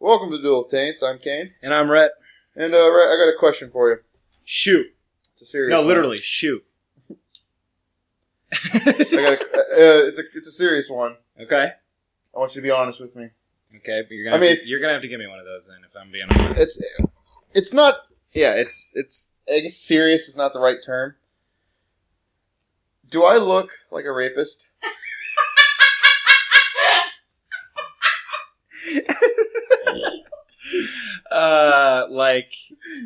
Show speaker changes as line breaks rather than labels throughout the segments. Welcome to Duel of Taints. I'm Kane,
And I'm Rhett.
and uh, Rhett, I got a question for you.
Shoot.
It's a serious.
No,
one.
literally, shoot.
I got a, uh, it's a it's a serious one.
okay.
I want you to be honest with me.
Okay, but you're gonna
I mean,
have
it's-
to, you're gonna have to give me one of those then if I'm being honest.
It's it's not. Yeah, it's it's. I guess serious is not the right term. Do I look like a rapist?
Uh, like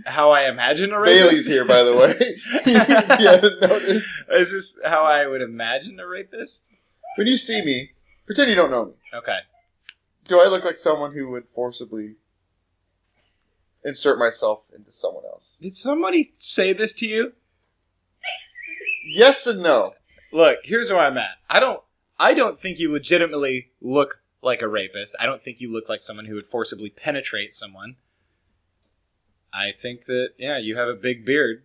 how I imagine a
Bailey's
rapist.
here, by the way. you haven't noticed.
Is this how I would imagine a rapist?
When you see me, pretend you don't know me.
Okay.
Do I look like someone who would forcibly insert myself into someone else?
Did somebody say this to you?
Yes and no.
Look, here's where I'm at. I don't I don't think you legitimately look like a rapist. I don't think you look like someone who would forcibly penetrate someone. I think that yeah, you have a big beard.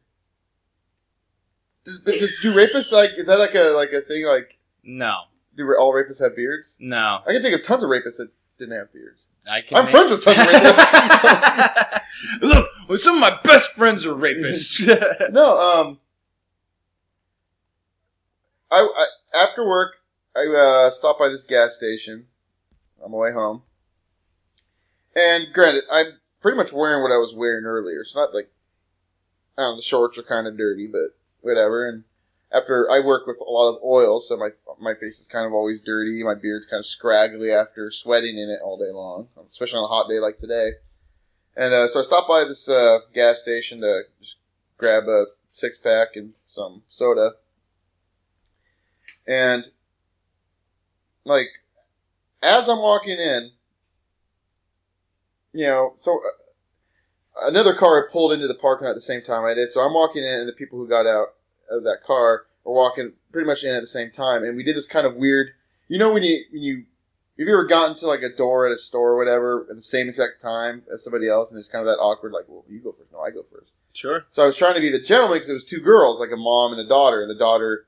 Does, but does, do rapists like? Is that like a like a thing? Like,
No.
do ra- all rapists have beards?
No.
I can think of tons of rapists that didn't have beards.
I can
I'm
make-
friends with tons of rapists.
Look, well, some of my best friends are rapists.
no, um, I, I after work, I uh, stopped by this gas station on my way home, and granted, I'm pretty much wearing what I was wearing earlier. It's not like I don't know, the shorts are kind of dirty, but whatever. And after I work with a lot of oil, so my my face is kind of always dirty. My beard's kind of scraggly after sweating in it all day long, especially on a hot day like today. And uh, so I stopped by this uh, gas station to just grab a six pack and some soda. And like as I'm walking in, you know, so uh, another car had pulled into the parking lot at the same time I did. So I'm walking in, and the people who got out of that car were walking pretty much in at the same time. And we did this kind of weird, you know, when you when you have you ever gotten to like a door at a store or whatever at the same exact time as somebody else, and there's kind of that awkward like, well, you go first, no, I go first.
sure.
So I was trying to be the gentleman because it was two girls, like a mom and a daughter, and the daughter,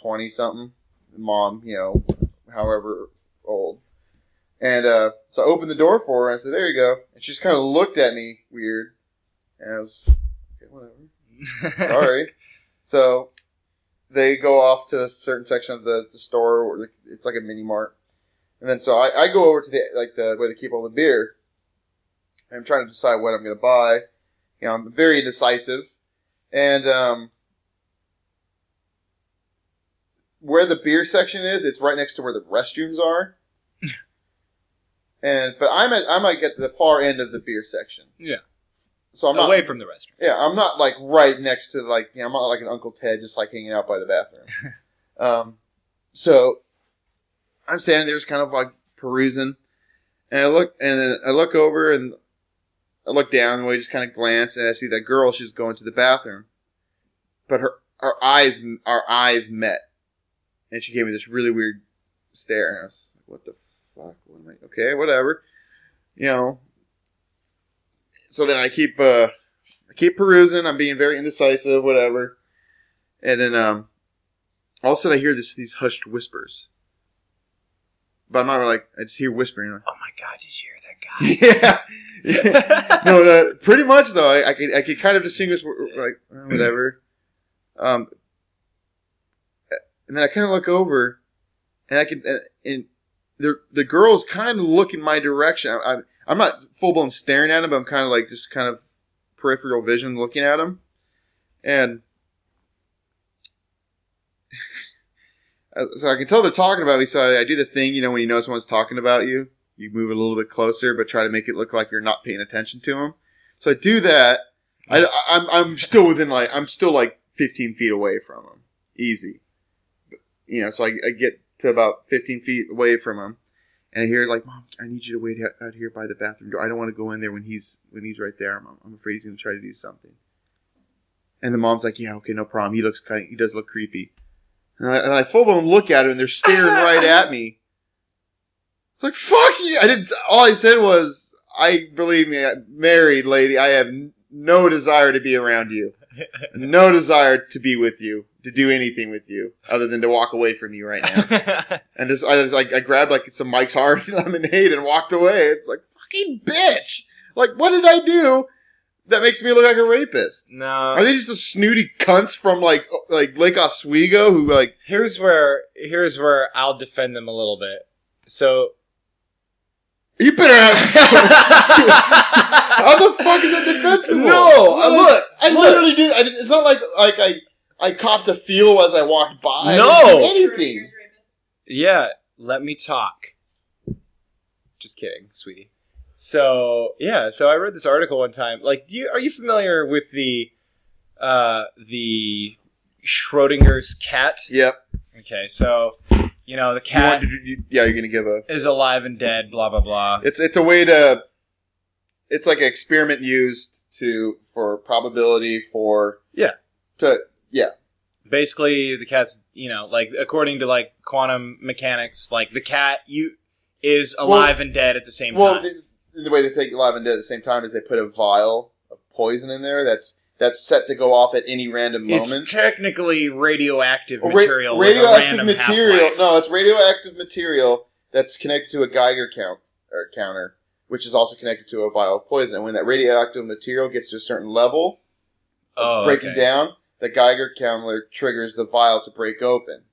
twenty something, the mom, you know, however old. And uh, so I opened the door for her. and I said, "There you go." And she just kind of looked at me weird, and I was, okay, whatever. Sorry. so they go off to a certain section of the, the store, or the, it's like a mini mart, and then so I, I go over to the like the where they keep all the beer. I'm trying to decide what I'm going to buy. You know, I'm very indecisive, and um, where the beer section is, it's right next to where the restrooms are. and but I'm at I'm like at the far end of the beer section.
Yeah. Oh,
So I'm not
Away from the restaurant.
yeah, I'm not like right next to like you know, I'm not like an Uncle Ted just like hanging out by the bathroom. um, so I'm standing there just kind of like perusing, and I look and then I look over and I look down and we just kind of glance and I see that girl. She's going to the bathroom, but her our eyes our eyes met, and she gave me this really weird stare, and I was like, "What the fuck? What am I? Okay, whatever, you know." So then I keep uh. I keep perusing. I'm being very indecisive, whatever. And then um, all of a sudden, I hear this these hushed whispers. But I'm not really like I just hear whispering. like,
Oh my god, did you hear that guy?
yeah, no, no, pretty much though. I, I could I could kind of distinguish wh- like uh, whatever. Um, and then I kind of look over, and I can and, and the the girls kind of look in my direction. I, I, I'm not full blown staring at them, but I'm kind of like just kind of peripheral vision looking at them, and. Uh, So I can tell they're talking about me, so I, I do the thing, you know, when you know someone's talking about you, you move a little bit closer, but try to make it look like you're not paying attention to them. So I do that. I, am I'm still within like I'm still like 15 feet away from him, easy. You know, so I, I get to about 15 feet away from him, and I hear like, "Mom, I need you to wait out- out here by the bathroom door. I don't want to go in there when he's when he's right there. Mom, I'm afraid he's going to try to do something." And the mom's like, "Yeah, okay, no problem. He looks kind of he does look creepy." And I, and I full blown look at him, and they're staring right at me. It's like fuck you. I didn't. All I said was, I believe me, married lady. I have n- no desire to be around you. no desire to be with you, to do anything with you, other than to walk away from you right now. and just I just like I grabbed like some Mike's Hard lemonade and walked away. It's like fucking bitch. Like what did I do that makes me look like a rapist?
no.
Are they just the snooty cunts from like like Lake Oswego who like
here's where here's where I'll defend them a little bit. So
you better have How the fuck is that defensible?
No, uh,
Like,
look,
I
look.
literally did. I, did- it's not like like I I copped a feel as I walked by. I
No.
didn't do anything.
Yeah, let me talk. Just kidding, sweetie. So yeah, so I read this article one time. Like, do you are you familiar with the uh, the Schrodinger's cat?
Yep.
Okay, so you know the
You want
cat
to do- you- yeah, you're gonna give a.
is alive and dead. Blah blah blah.
It's it's a way to. It's like an experiment used to for probability for
Yeah.
to
basically the cat's you know like according to like quantum mechanics like the cat you is alive and dead at the same
well
time
the, the way they think live and dead at the same time is they put a vial of poison in there that's that's set to go off at any random
it's
moment.
technically radioactive
Ra-
material with a
radioactive
random
material.
half-life.
No, it's radioactive material that's connected to a Geiger count or counter, which is also connected to a vial of poison. And when that radioactive material gets to a certain level,
oh,
breaking
okay.
down, the Geiger counter triggers the vial to break open.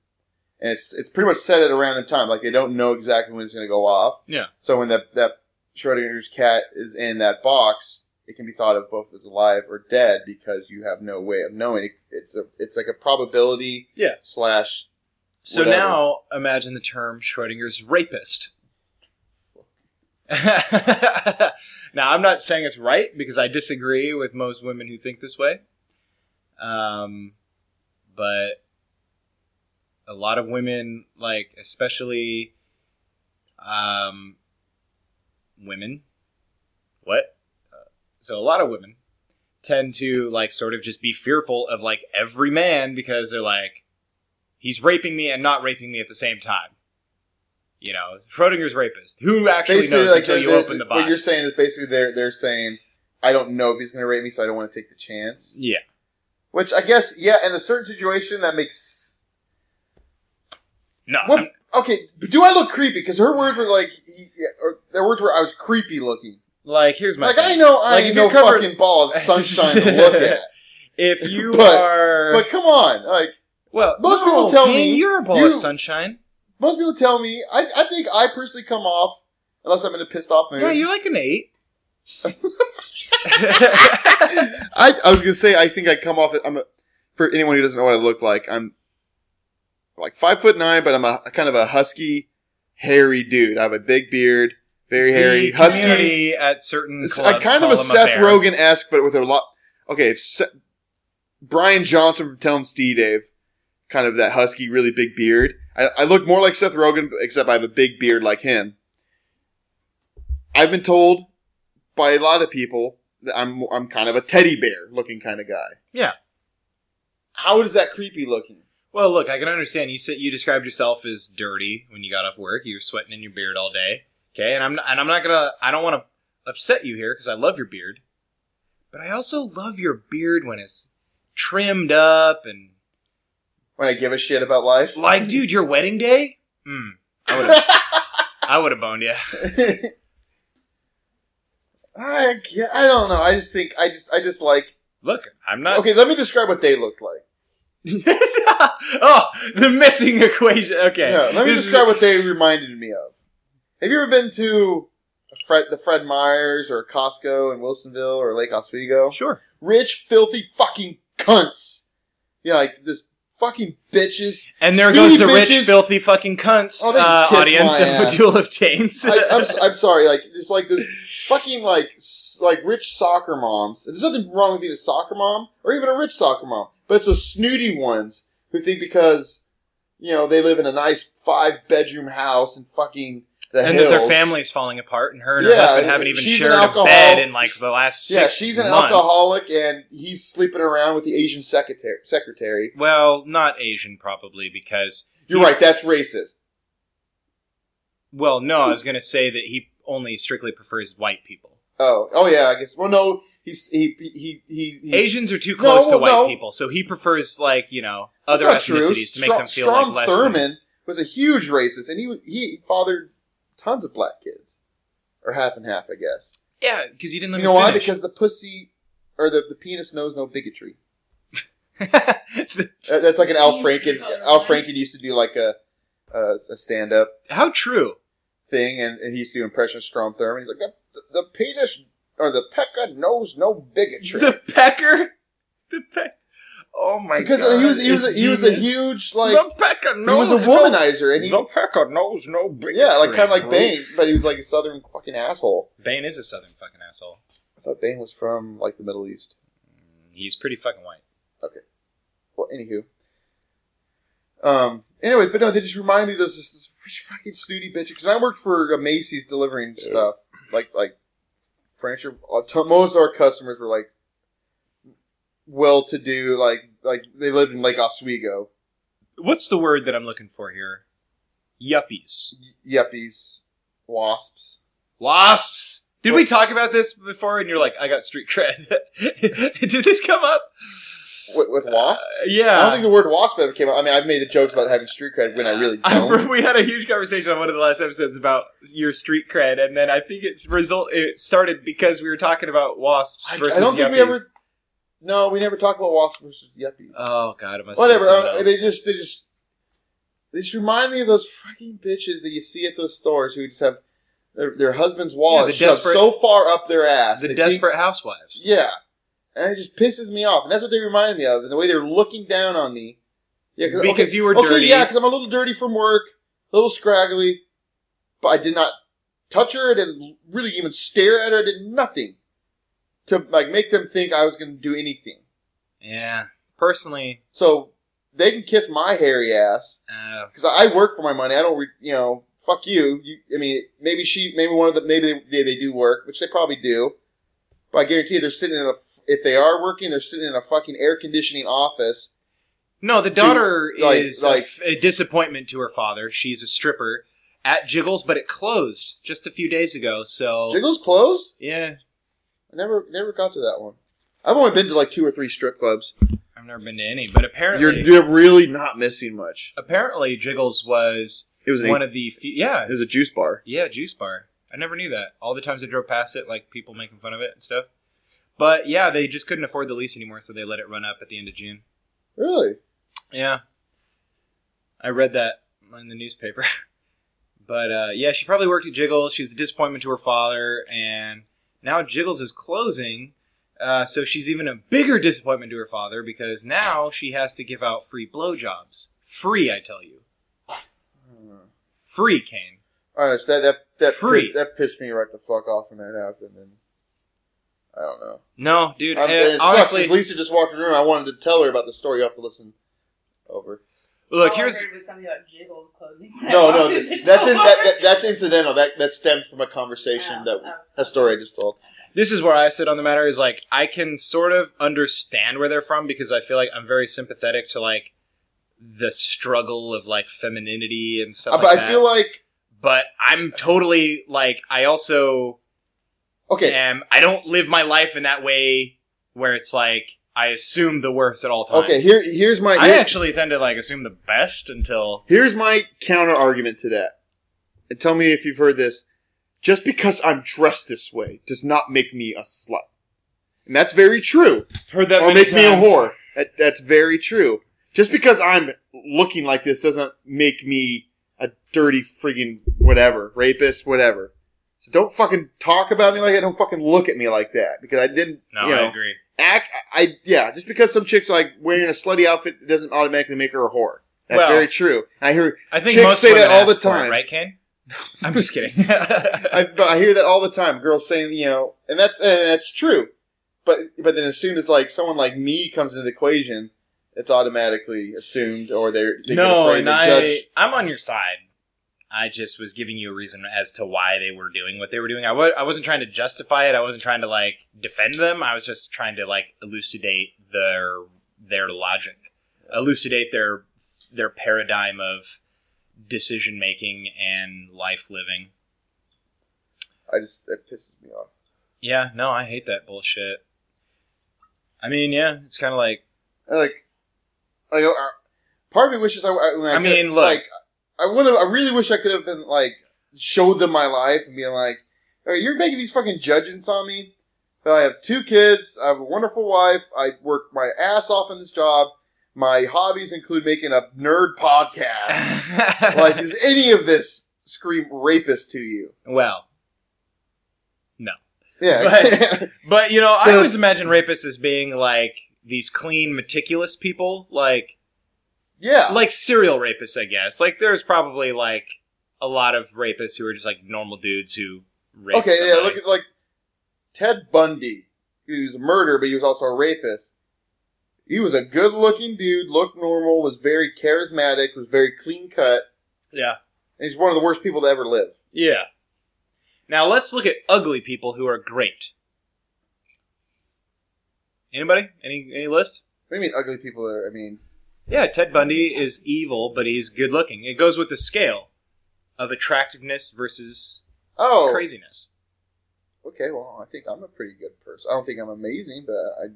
And it's it's pretty much set at a random time. Like they don't know exactly when it's going to go off.
Yeah.
So when that that Schrodinger's cat is in that box, it can be thought of both as alive or dead because you have no way of knowing. It, it's a it's like a probability.
Yeah.
Slash.
so
whatever.
now imagine the term schrodinger's rapist now i'm not saying it's right because i disagree with most women who think this way um, but a lot of women like especially um, women what Uh, so a lot of women tend to like sort of just be fearful of like every man because they're like he's raping me and not raping me at the same time you know schrodinger's rapist who actually knows until
they're-
you
they're-
open the
uh, What you're
box
saying is basically they're they're saying I don't know if he's going to rape me, so I don't want to take the chance.
yeah
Which I guess, yeah, in a certain situation, that makes
no
What?
I'm-
Okay, but do I look creepy? Because her words were like, y- yeah, or their words were, I was creepy looking.
like here's my
Like
thing.
I know I
Like, if
ain't
you're
no
covered-
fucking ball of sunshine to look at,
If you
But-
are
but come on, like
well,
most
no,
people tell
man,
me
you're a ball
you-
of sunshine.
most people tell me, I, I think I personally come off unless I'm in a pissed off mood.
No, you're like an eight.
I, I was gonna say I think I come off. I'm a, for anyone who doesn't know what I look like. I'm like five foot nine, but I'm a kind of a husky, hairy dude. I have a big beard, very hairy,
The
husky.
community at certain
It's
clubs
a kind of a
call him
Seth
bear.
Rogen esque, but with a lot. Okay, if Se- Brian Johnson from Tell Him Steve Dave, kind of that husky, really big beard. I, I look more like Seth Rogen, except I have a big beard like him. I've been told by a lot of people that I'm I'm kind of a teddy bear looking kind of guy.
Yeah.
How is that creepy looking?
Well, look, I can understand. You said you described yourself as dirty when you got off work. You were sweating in your beard all day. Okay, and I'm and I'm not gonna. I don't want to upset you here because I love your beard, but I also love your beard when it's trimmed up and
When I give a shit about life,
like, dude, your wedding day. Mm, I would have. I would have boned you.
I, ge- I don't know. I just think I just I just like
Look, I'm not.
okay. Let me describe what they looked like.
oh, the missing equation. Okay.
Yeah, let me
This is-
describe what they reminded me of. Have you ever been to a Fred, the Fred Meyers or Costco in Wilsonville or Lake Oswego?
Sure.
Rich, filthy fucking cunts. Yeah, like this fucking bitches.
And there
Snooty
goes the
bitches.
rich, filthy fucking cunts
Oh, they
uh,
kiss
audience
my
of a
ass.
duel of taints.
I, I'm, s- I'm sorry, like it's like this fucking like s- like rich soccer moms. There's nothing wrong with being a soccer mom or even a rich soccer mom, but it's those snooty ones who think because you know they live in a nice five bedroom house and fucking the
and that
hills.
their family's falling apart, and her and her
Yeah,
husband haven't even
she's an
shared a
alcohol-
bed in like the last six
Yeah, she's an
months.
alcoholic, and he's sleeping around with the Asian secretary. Secretary,
Well, not Asian, probably because
you're right. That's racist.
well, no, I was gonna say that he only strictly prefers white people.
Oh, oh yeah, I guess. Well, no, he's, he he he he.
Asians are too close
No,
to white
no.
people, so he prefers like you know
That's
other
not true.
ethnicities to make
Strom-
them feel
Strom
like less.
Thurmond
Than,
was a huge racist, and he was- he fathered tons of black kids, or half and half, I guess.
yeah, because you didn't. Let
you
me
know why?
finish.
Because the pussy or the, the penis knows no bigotry.
The-
Uh, That's like an Al
You
Franken.
color
Al
blind.
Franken used to do like a a, a stand up
how true?
thing, and, and he used to do impression of Strom Thurmond. He's like the, the, the penis or the pecker knows no bigotry.
The pecker, the peck. Oh my
because
god!
he was he was a,
it's
he was a
genius.
huge like
the pecker
he was
knows
a womanizer, and he
the pecker knows no. bigotry,
yeah, like kind of like
bro.
Bane, but he was like a southern fucking asshole.
Bane is a southern fucking asshole. Mm,
I thought Bane was from like the Middle East.
He's pretty fucking white.
Well, anywho. Um. Anyway, but no, they just reminded me of those this, this fucking snooty bitch. Because I worked for uh, Macy's delivering
Yeah.
stuff, like like furniture. Uh, to- Most of our customers were like well-to-do, like like they lived in Lake Oswego,
What's the word that I'm looking for here? Yuppies,
y- yuppies, wasps.
wasps. Did we talk about this before? And you're like, I got street cred. Did this come up?
With, with wasps,
Uh, yeah.
I don't think the word wasp ever came out. I mean, I've made the jokes about having street cred when I really
I
don't.
remember we had a huge conversation on one of the last episodes about your street cred, and then I think it's result. It started because we were talking about wasps
I- I
versus
don't think we
yuppies.
ever- no, we never talk about wasps versus yuppies.
Oh god, it must.
whatever.
Be someone
uh,
else.
they just they just they just remind me of those fucking bitches that you see at those stores who just have their, their husband's wallet
the
shoved
desperate-
so far up their ass.
the
they
desperate housewives.
Think, yeah, and it just pisses me off. And that's what they remind me of, and the way they're looking down on me. Yeah,
Because
okay,
you were
okay,
dirty.
yeah, because I'm a little dirty from work, a little scraggly, but I did not touch her. I didn't really even stare at her. I did nothing to like make them think I was going to do anything.
Yeah. Personally,
So they can kiss my hairy ass
uh,
because I work for my money. I don't, re- you know, fuck you. you. I mean, maybe she, maybe one of the, maybe they, they, they do work, which they probably do. But I guarantee you they're sitting in a, f- if they are working, they're sitting in a fucking air conditioning office.
no. The daughter
Dude, like-
is
like-
a, f- a disappointment to her father. She's a stripper at Jiggles, but it closed just a few days ago. So
Jiggles closed?
yeah,
I never, never got to that one. I've only been to like two or three strip clubs.
I've never been to any, but apparently,
You're, you're really not missing much.
apparently Jiggles was
It was an,
one of the few, yeah
it was a juice bar.
Yeah, juice bar. I never knew that. All the times I drove past it, like people making fun of it and stuff. But yeah, they just couldn't afford the lease anymore, so they let it run up at the end of June.
Really?
Yeah, I read that in the newspaper. but uh, yeah, she probably worked at Jiggles. She was a disappointment to her father, and now Jiggles is closing. Uh, so she's even a bigger disappointment to her father because now she has to give out free blowjobs. Free, I tell you. Free, Kane.
Honest, that that that,
Free.
pi- that pissed me right the fuck off when that happened, and I don't know.
No, dude.
I'm-
eh,
and it
honestly,
sucks 'cause Lisa just walked in the room. I wanted to tell her about the story. You have to listen over.
look
All Oh, I
here's
heard was something about jiggles closing.
No, no,
Open
th-
the
that's in,
door.
that, that that's incidental. That that stemmed from a conversation
Oh,
that
oh.
a story I just told.
this is where I sit on the matter is like I can sort of understand where they're from because I feel like I'm very sympathetic to like the struggle of like femininity and stuff.
Uh, but
like
I
that.
feel like
but I'm totally like I also
okay,
am. I don't live my life in that way where it's like I assume the worst at all times.
okay. Here here's my
I
here-
actually tend to like assume the best until
here's my counter argument to that. And tell me if you've heard this. Just because I'm dressed this way does not make me a slut, and that's very true.
heard that
or
many
make me a
times.
whore. That, that's very true. Just because I'm looking like this doesn't make me a dirty friggin' whatever, rapist, whatever. So don't fucking talk about me like that. Don't fucking look at me like that because I didn't.
No,
you know,
I agree.
Act. I, I yeah. Just because some chicks like wearing a slutty outfit doesn't automatically make her a whore. That's
Well-
very true. I hear.
I think
Chicks
most
say
women
that all
ask
the
for it,
time.
right, Kane? I'm just kidding.
I, but I hear that all the time. Girls saying, you know, and that's and that's true. But but then as soon as like someone like me comes into the equation, it's automatically assumed or they're they get
no,
afraid
and
to
I,
judge.
I'm on your side. I just was giving you a reason as to why they were doing what they were doing. I w- I wasn't trying to justify it. I wasn't trying to like defend them. I was just trying to like elucidate their their logic, elucidate their their paradigm of decision making and life living.
I just that pisses me off.
Yeah, no, I hate that bullshit. I mean, yeah, it's kind of like
I, like, like uh, part of me wishes I. I, I,
I
could-
mean, look.
like I would have. I really wish I could have been like showed them my life and be like, "All right, "You're making these fucking judgments on me." But I have two kids. I have a wonderful wife. I work my ass off in this job. My hobbies include making a nerd podcast. like, is any of this scream rapist to you?
well,
Yeah.
Right. but you know, I
So-
always imagine rapists as being like these clean, meticulous people, like
yeah.
like serial rapists, I guess. Like, there's probably like a lot of rapists who are just like normal dudes who rape.
okay, yeah,
somebody.
look at like Ted Bundy. He was a murderer, but he was also a rapist. He was a good looking dude, looked normal, was very charismatic, was very clean cut,
yeah,
and he's one of the worst people to ever live.
yeah. Now let's look at ugly people who are great. Anybody? Any any list?
What do you mean ugly people are I mean
Yeah, Ted Bundy is evil, but he's good looking. It goes with the scale of attractiveness versus
Oh
craziness.
okay, well I think I'm a pretty good person. I don't think I'm amazing, but I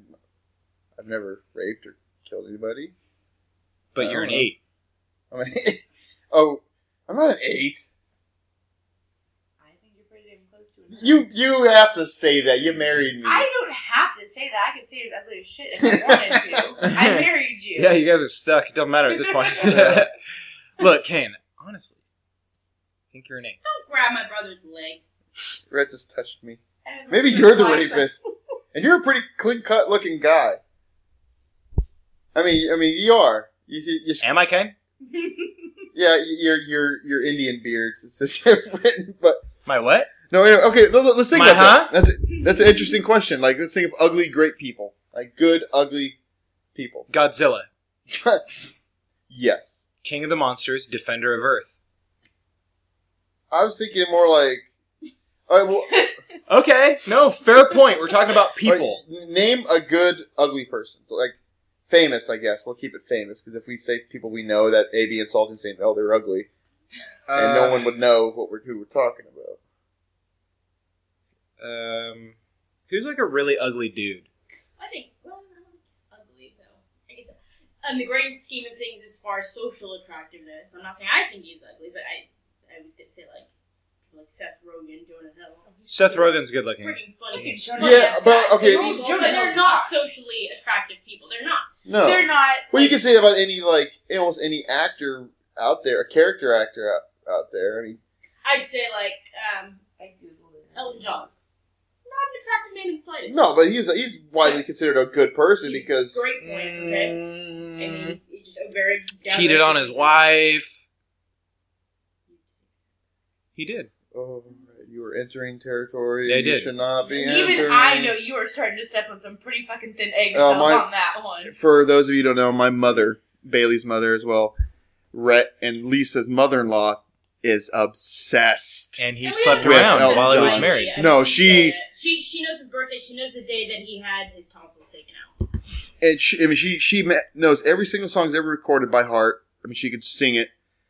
I've never raped or killed anybody.
But
I
you're an
don't know.
eight.
I mean oh I'm not an eight.
I think you're pretty damn close to it.
You you have to say that. You married me.
I don't have to say that. I could say you're ugly as shit if I wanted to. I married you.
Yeah, you guys are stuck. It doesn't matter at this
Yeah.
point. Look, Kane, honestly, I think you're an eight.
Don't grab my brother's leg.
Rhett just touched me.
I don't
Maybe
think
you're the
it's like-
rapist, and you're a pretty clean cut looking guy. I mean, I mean, you are. You, see- you,
Am I, Kane?
yeah, your your your Indian beards. It's just written, but
My what?
no. anyway, Okay, no, no, let's think
My
about that. That's that's an interesting question. Like, let's think of ugly great people, like good ugly people.
Godzilla,
yes,
king of the monsters, defender of Earth.
I was thinking more like. All right, well,
Okay, no, fair point. We're talking about people.
all right, name a good ugly person, like famous. I guess we'll keep it famous because if we say people we know, that may be insulting, saying oh they're ugly. and
Uh.
no one would know what we're who we're talking about.
Um, who's like a really ugly dude?
I think, well, I don't think it's ugly, though. I guess,
uh,
in the grand scheme of things, as far as social attractiveness, I'm not saying I think he's ugly, but I, I would say, like, like Seth Rogen, Jonah Hill.
Seth Rogen's good looking.
Pretty funny.
Look at Jonah
Yeah,
Hill's
but,
back.
okay.
They're all
But
But
Jonah
they're
Hill's
not
back.
socially attractive people. They're not.
No.
They're not.
well, you
like,
can say that about any like almost any actor out there, a character actor out, out there. I mean,
I'd say, like, um,
I googled it.
Elton John. Not an attractive man in the slightest.
no, but he's he's widely considered a good person
He's
because
Great boy for Chris. And he, he just a very down-
cheated on his wife. He did.
oh, you were entering territory
Yeah, I
you
did.
should not be
Even
entering.
I know you are starting to step on some pretty fucking thin eggshells
Oh, my-
on that one.
For those of you who don't know, my mother, Bailey's mother as well, Rhett and Lisa's mother-in-law is obsessed.
And he
And we
slept
don't
With
around
Elton
while he was
John.
married.
Yeah,
No,
she
she-
said it. She she knows his birthday. She knows the day that he had his tonsils taken out.
and she, I mean, she she ma- knows every single song's ever recorded by heart. I mean, she could sing it.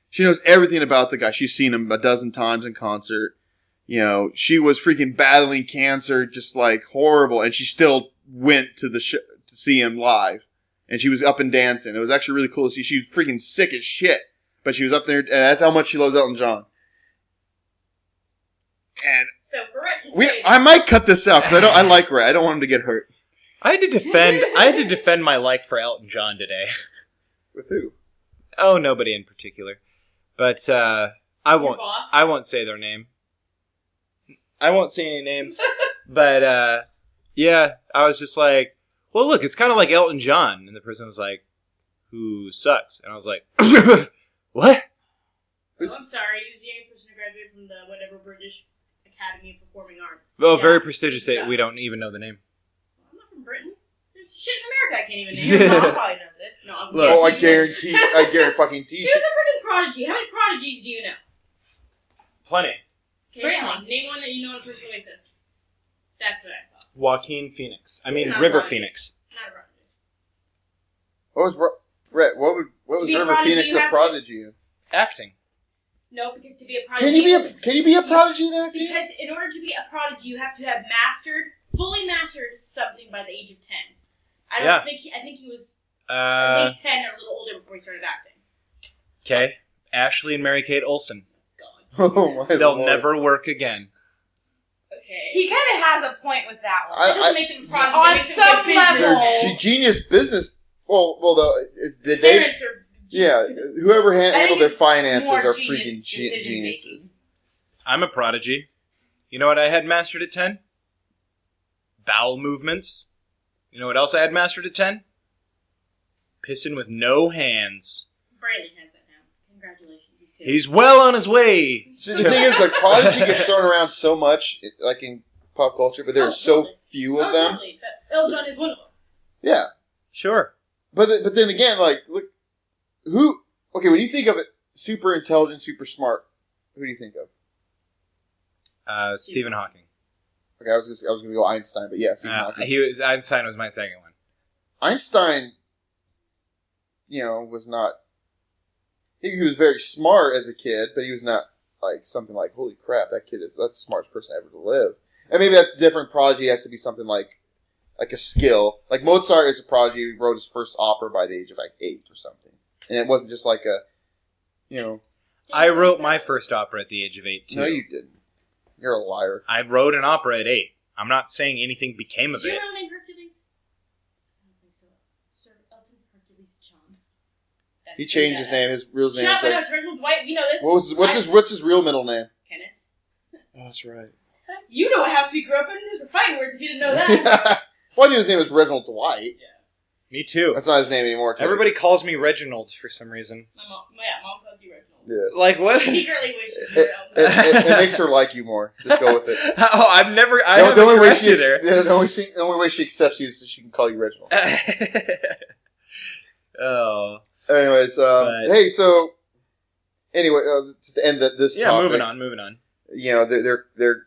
She knows everything about the guy. She's seen him a dozen times in concert. You know, she was freaking battling cancer, just like horrible, and she still went to the sh- to see him live. And she was up and dancing. It was actually really cool. to see. she was freaking sick as shit, but she was up there, and that's how much she loves Elton John. And
So for Rhett to
we,
say
I
that-
might cut this out because I don't. I like Ray. I don't want him to get hurt.
I had to defend. I had to defend my like for Elton John today.
With who?
Oh, nobody in particular, but uh, I
Your
won't.
boss?
I won't say their name. I won't say any names. but uh, yeah, I was just like, well, look, it's kind of like Elton John, and the person was like, who sucks, and I was like, what?
Oh,
Who's-
I'm sorry, he was the youngest person to graduate from the whatever British Academy of Performing Arts.
Well,
Yeah.
very prestigious. That
Sucks.
we don't even know the name.
I'm not from Britain. There's shit in America I can't even name. My mom probably knows it. No, I'm
Look.
Oh, I guarantee. I guarantee. Fucking
He
T.
was a freaking prodigy. How many prodigies do you know?
Plenty.
Okay,
Really?
name one. Name one that you know on a personal basis. That's what I thought.
Joaquin Phoenix. I mean
Not
River
Joaquin.
Phoenix.
Not a prodigy.
What was Ro- Rhett? What would what
To
was
be a
River
prodigy,
Phoenix
you
a
have to-
prodigy in?
Acting.
No, because to be a prodigy.
Can you be a can you be a prodigy in acting?
Because in order to be a prodigy, you have to have mastered, fully mastered something by the age of 10. I don't
Yeah.
think he, I think he was at
Uh,
least ten or a little older before he started acting.
okay. Ashley and Mary Kate Olsen.
God.
Oh my
They'll
lord.
never work again.
Okay.
He kind of has a point with that one.
That
I-
doesn't make them products.
On
that makes them
some
good business.
level-
They're g- genius business. Well, well, though it's, did they?
parents are.
Yeah, whoever han-
think
handled their
it's
finances
More
are
genius
freaking ge-
decision
geniuses.
making.
I'm a prodigy. You know what I had mastered at 10? Bowel movements. You know what else I had mastered at 10? Pissing with no hands.
Brandon has that now. Congratulations, he's two.
He's well on his way.
So the thing is, like prodigy gets thrown around so much, it- like in pop culture, but there are so few
Oh,
of them.
totally. But Elton John is one of them.
Yeah,
Sure.
But th- but then again, like look, who? Okay, when you think of it, super intelligent, super smart, who do you think of?
Uh, Stephen Hawking.
Okay, I was gonna, I was gonna go Einstein, but yes,
Uh, he was Einstein was my second one.
Einstein. You know, was not. He, he was very smart as a kid, but he was not like something like holy crap, that kid is that's the smartest person ever to live. And maybe that's different. Prodigy has to be something like like a skill. Like Mozart is a prodigy. He wrote his first opera by the age of like eight or something, and it wasn't just like a you know
I wrote my first opera at the age of 18.
No, you didn't. You're a liar.
I wrote an opera at 8. I'm not saying anything became
Did
of
you
it.
know the name Hercules? I don't think so. Sir Elton Hercules John.
He changed his name. His real name.
Shut up!
was
I know
like,
it's Reginald Dwight. You know this.
what was his, what's his what's his real middle name?
Kenneth.
Oh, that's right.
You know what house we grew up in. Those were fighting words if you didn't know that.
well, I knew his name was Reginald Dwight.
Me too.
That's not his name anymore. technically.
Everybody calls me Reginald for some reason.
My mom, my yeah, mom calls you Reginald.
Yeah.
Like what?
Secretly wishes you were
It,
Elton.
it, it makes her like you more. Just go with it.
oh, I've never. I
the, the
haven't
only way she
corrected
ex- the only thing the only way she accepts you is that she can call you Reginald.
her. oh,
Anyways, um,
But-
hey, so anyway, uh, just to end the, this.
yeah.
topic,
Moving on. Moving on.
You know, they're they're they're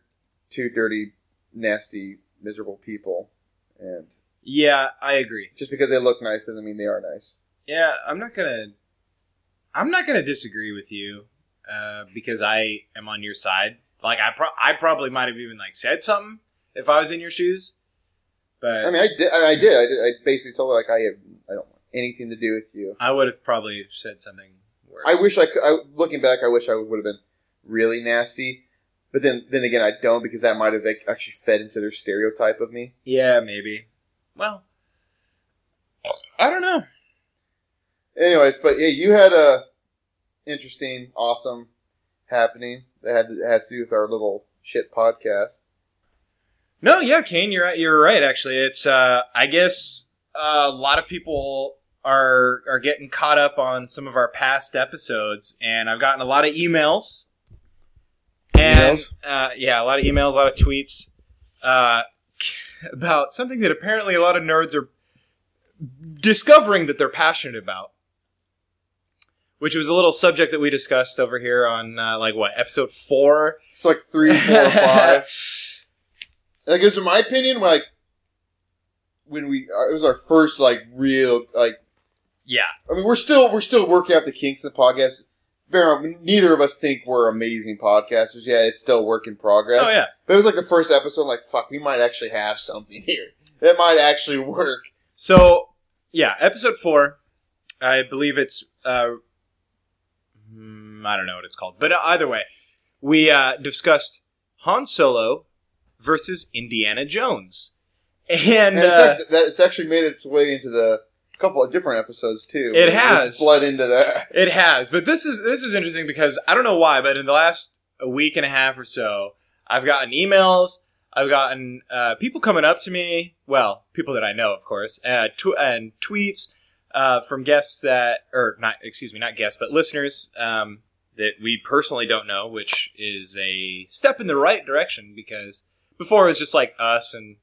two dirty, nasty, miserable people, and
Yeah, I agree.
just because they look nice doesn't mean they are nice.
Yeah, I'm not gonna. I'm not gonna disagree with you uh, because I am on your side. Like I, pro- I probably might have even like said something if I was in your shoes. But
I mean, I did. I, I did. I, did, I basically told her like I have. I don't want anything to do with you.
I would have probably said something worse.
I wish I could. I, looking back, I wish I would have been really nasty. But then, then again, I don't because that might have like, actually fed into their stereotype of me.
yeah, maybe. Well, I don't know.
Anyways, but yeah, you had a interesting, awesome happening that had has to do with our little shit podcast.
No, yeah, Kane, you're right. You're right. Actually, it's uh, I guess uh, a lot of people are are getting caught up on some of our past episodes, and I've gotten a lot of emails. And
Emails?
Uh, yeah, a lot of emails, a lot of tweets uh, about something that apparently a lot of nerds are discovering that they're passionate about, which was a little subject that we discussed over here on uh, like what episode four.
It's like three, four, five. Like it was in my opinion, like when we uh, it was our first like real like
Yeah,
I mean, we're still we're still working out the kinks of the podcast. Bear in mind, neither of us think we're amazing podcasters. Yeah, it's still work in progress.
oh yeah.
But it was like the first episode. Like, fuck, we might actually have something here that might actually work.
So, yeah, episode four, I believe it's, uh, mm, I don't know what it's called, but either way, we uh, discussed Han Solo versus Indiana Jones. And,
And, it's,
uh,
act- that, it's actually made its way into the a couple of different episodes too.
It
It's
has.
bled into that.
it has, but this is this is interesting because I don't know why, but in the last week and a half or so, I've gotten emails, I've gotten uh, people coming up to me, well, people that I know, of course, uh, tw- and tweets uh, from guests that, or not, excuse me, not guests, but listeners um, that we personally don't know, which is a step in the right direction because before it was just like us and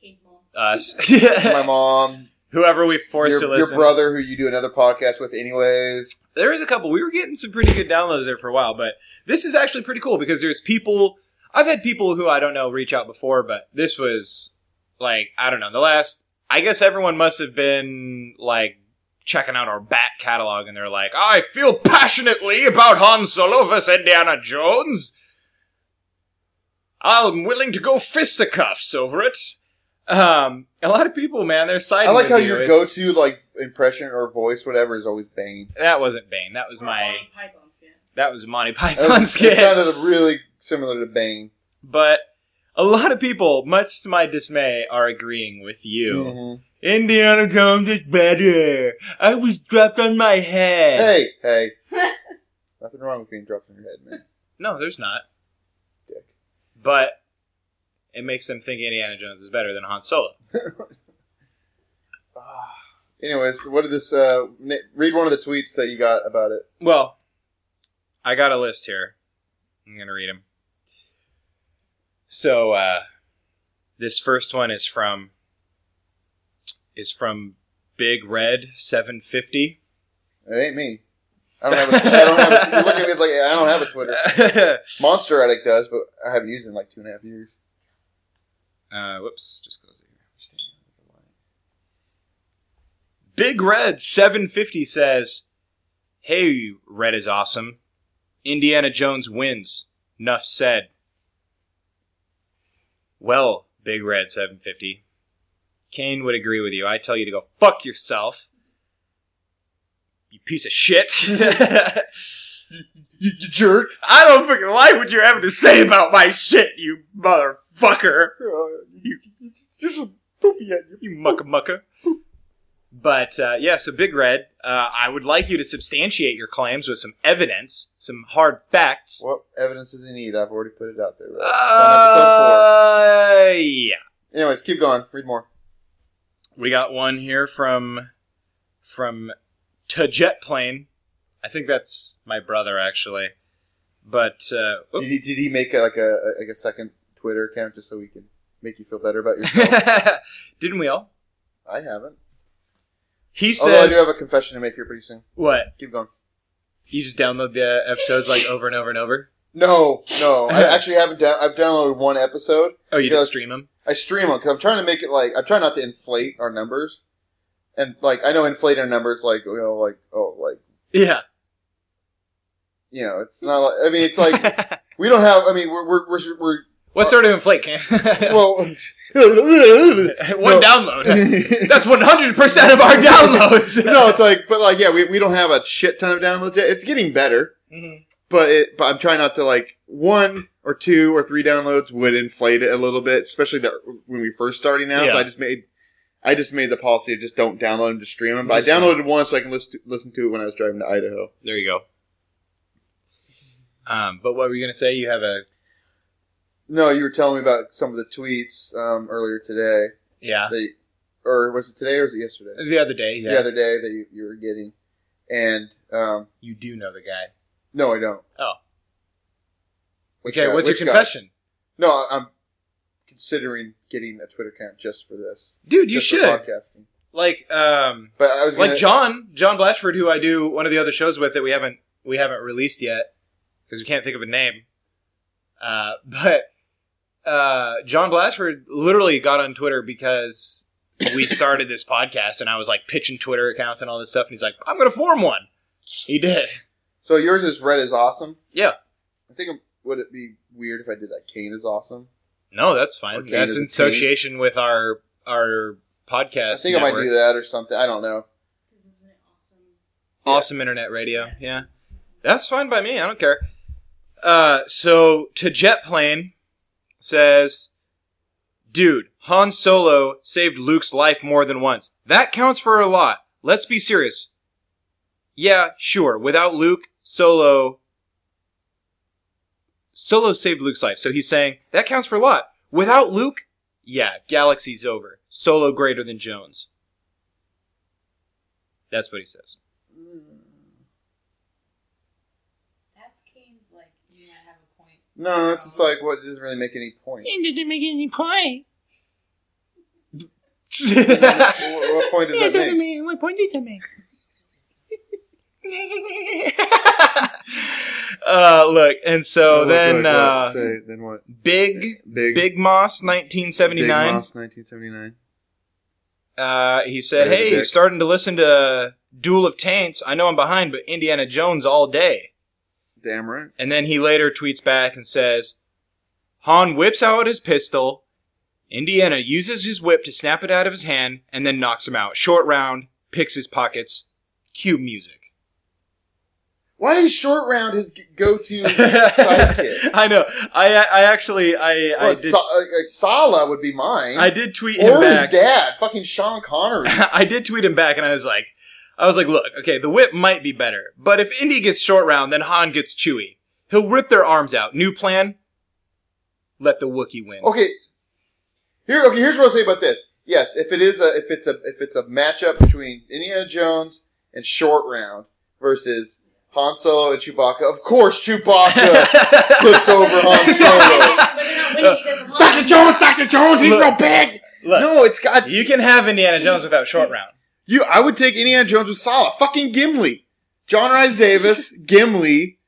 Kate's mom.
us,
My mom,
whoever we forced
your,
to
your
listen.
brother, who you do another podcast with, anyways.
there was a couple. We were getting some pretty good downloads there for a while, but this is actually pretty cool because there's people. I've had people who I don't know reach out before, but this was like I don't know the last. I guess everyone must have been like checking out our back catalog, and they're like, "I feel passionately about Han Solo versus Indiana Jones. I'm willing to go fisticuffs over it." Um, a lot of people, man, they're siding.
I like
with
how
you.
your
It's-
go-to like impression or voice, whatever, is always Bane.
That wasn't Bane. That was my.
Monty Python fan.
That was a Monty
That was-
Python
It
skit.
sounded really similar to Bane.
But a lot of people, much to my dismay, are agreeing with you.
Mhm.
Indiana Jones is better. I was dropped on my head.
Hey, hey. Nothing wrong with being dropped in your head, man.
No, there's not.
Dick.
But it makes them think Indiana Jones is better than Han Solo.
Ah. Anyways, what did this? Uh, na- read one of the tweets that you got about it.
Well, I got a list here. I'm going to read them. So, uh, this first one is from is from Big Red 750.
It ain't me. I don't have. A, I don't have. A, you look at me it's like I don't have a Twitter. Monster Addict does, but I haven't used it in like two and a half years.
Uh, whoops, just goes in here. Big Red 750 says, "Hey, Red is awesome. Indiana Jones wins. Nuff said." Well, Big Red 750, Kane would agree with you. I tell you to go fuck yourself. You piece of shit.
You, you jerk!
I don't fucking like what you're having to say about my shit, you motherfucker.
you, you're so poopy at you.
You mucka mucka. But uh, yeah, so Big Red, uh, I would like you to substantiate your claims with some evidence, some hard facts.
What evidence does he need? I've already put it out there. Right? It's on episode
Uh, yeah,
four. Anyways, keep going. Read more.
we got one here from from to jet plane. I think that's my brother actually. But uh,
Did
oop.
he, did he make a, like a like a second Twitter account just so we can make you feel better about yourself?
didn't we all?
I haven't.
He
Although I
says
do have a confession to make here pretty soon.
what?
Keep going.
You just download the episodes like over and over and over.
No, no. I actually haven't. Down- I've downloaded one episode.
Oh, you
Yeah.
just stream them.
I stream them because I'm trying to make it like I'm trying not to inflate our numbers, and like I know inflate our numbers like you know like oh like
Yeah.
you know it's not like I mean it's like we don't have I mean we're we're we're, we're
what sort of inflate can?
well
one
No.
download.
no
That's one hundred percent of our downloads.
it's like but like yeah we we don't have a shit ton of downloads yet it's getting better
Mhm.
but it but I'm trying not to like one or two or three downloads would inflate it a little bit especially the, when we first starting out so
Yeah.
I just made. I just made the policy of just don't download them, just stream them. But
Just-
I downloaded one so I can listen to, listen to it when I was driving to Idaho.
There you go. Um, but what were you gonna say? You have a
No, you were telling me about some of the tweets um, earlier today.
yeah.
That you, or was it today or was it yesterday?
The other day, yeah.
The other day that you, you were getting. And um,
you do know the guy.
no, I don't.
Oh.
Which
Okay,
guy-
what's your
which guy?
confession,
No, I- I'm considering getting a Twitter account just for this.
dude? You
just for
should
podcasting.
like um
But I was
like
gonna-
John John Blatchford, who I do one of the other shows with that we haven't we haven't released yet because we can't think of a name. Uh, but uh, John Blatchford literally got on Twitter because we started this podcast, and I was like pitching Twitter accounts and all this stuff, and he's like, "I'm going to form one." He did.
So yours is red is awesome.
Yeah.
I think I'm- would it be weird if I did like Kane is awesome?
No, that's fine.
Okay,
that's
does
in
it change?
association with our our podcast.
I think I might
network.
do that or something. I don't know.
Because isn't it awesome?
Awesome internet radio. Yeah. That's fine by me. I don't care. Uh, so, to Jet Plane says, Dude, Han Solo saved Luke's life more than once. That counts for a lot. Let's be serious. Yeah, sure. Without Luke, Solo. Solo saved Luke's life. So he's saying, That counts for a lot. Without Luke, yeah, galaxy's over. Solo greater than Jones. That's what he says.
That's Kane's like, you might have a point.
No, it's just like what it doesn't really make any point.
It didn't make any point.
what, what point does that make?
What point does that make? uh, look, and so
Look,
then
look, look,
uh,
say, then what?
Big
Big
Big Moss, nineteen seventy
Big
nine.
Moss, 1979.
Uh, he said,
There's a
"Hey,
dick.
starting to listen to Duel of Taints. I know I'm behind, but Indiana Jones all day."
Damn right.
And then he later tweets back and says, Han whips out his pistol. Indiana uses his whip to snap it out of his hand and then knocks him out. Short round, picks his pockets. Cue music.
Why is Short Round his g- go-to sidekick?
I know. I I actually I I
Well,
did,
Sa- like, like Sala would be mine,
I did tweet him
or his
back.
dad, fucking Sean Connery.
I did tweet him back, and I was like, I was like, look, okay, the whip might be better, but if Indy gets short round, then Han gets Chewy. He'll rip their arms out. New plan. Let the Wookiee win.
Okay, here. Okay, here's what I'll say about this. Yes, if it is a if it's a if it's a matchup between Indiana Jones and Short Round versus Han Solo and Chewbacca, of course Chewbacca flips over Han Solo.
Solo.
Jones, Doctor Jones,
Look.
big.
Uh, Look,
No, it's got
you can have Indiana Jones without short round.
You, I would take Indiana Jones with Salah. Fucking Gimli, John Rice Davis, Gimli.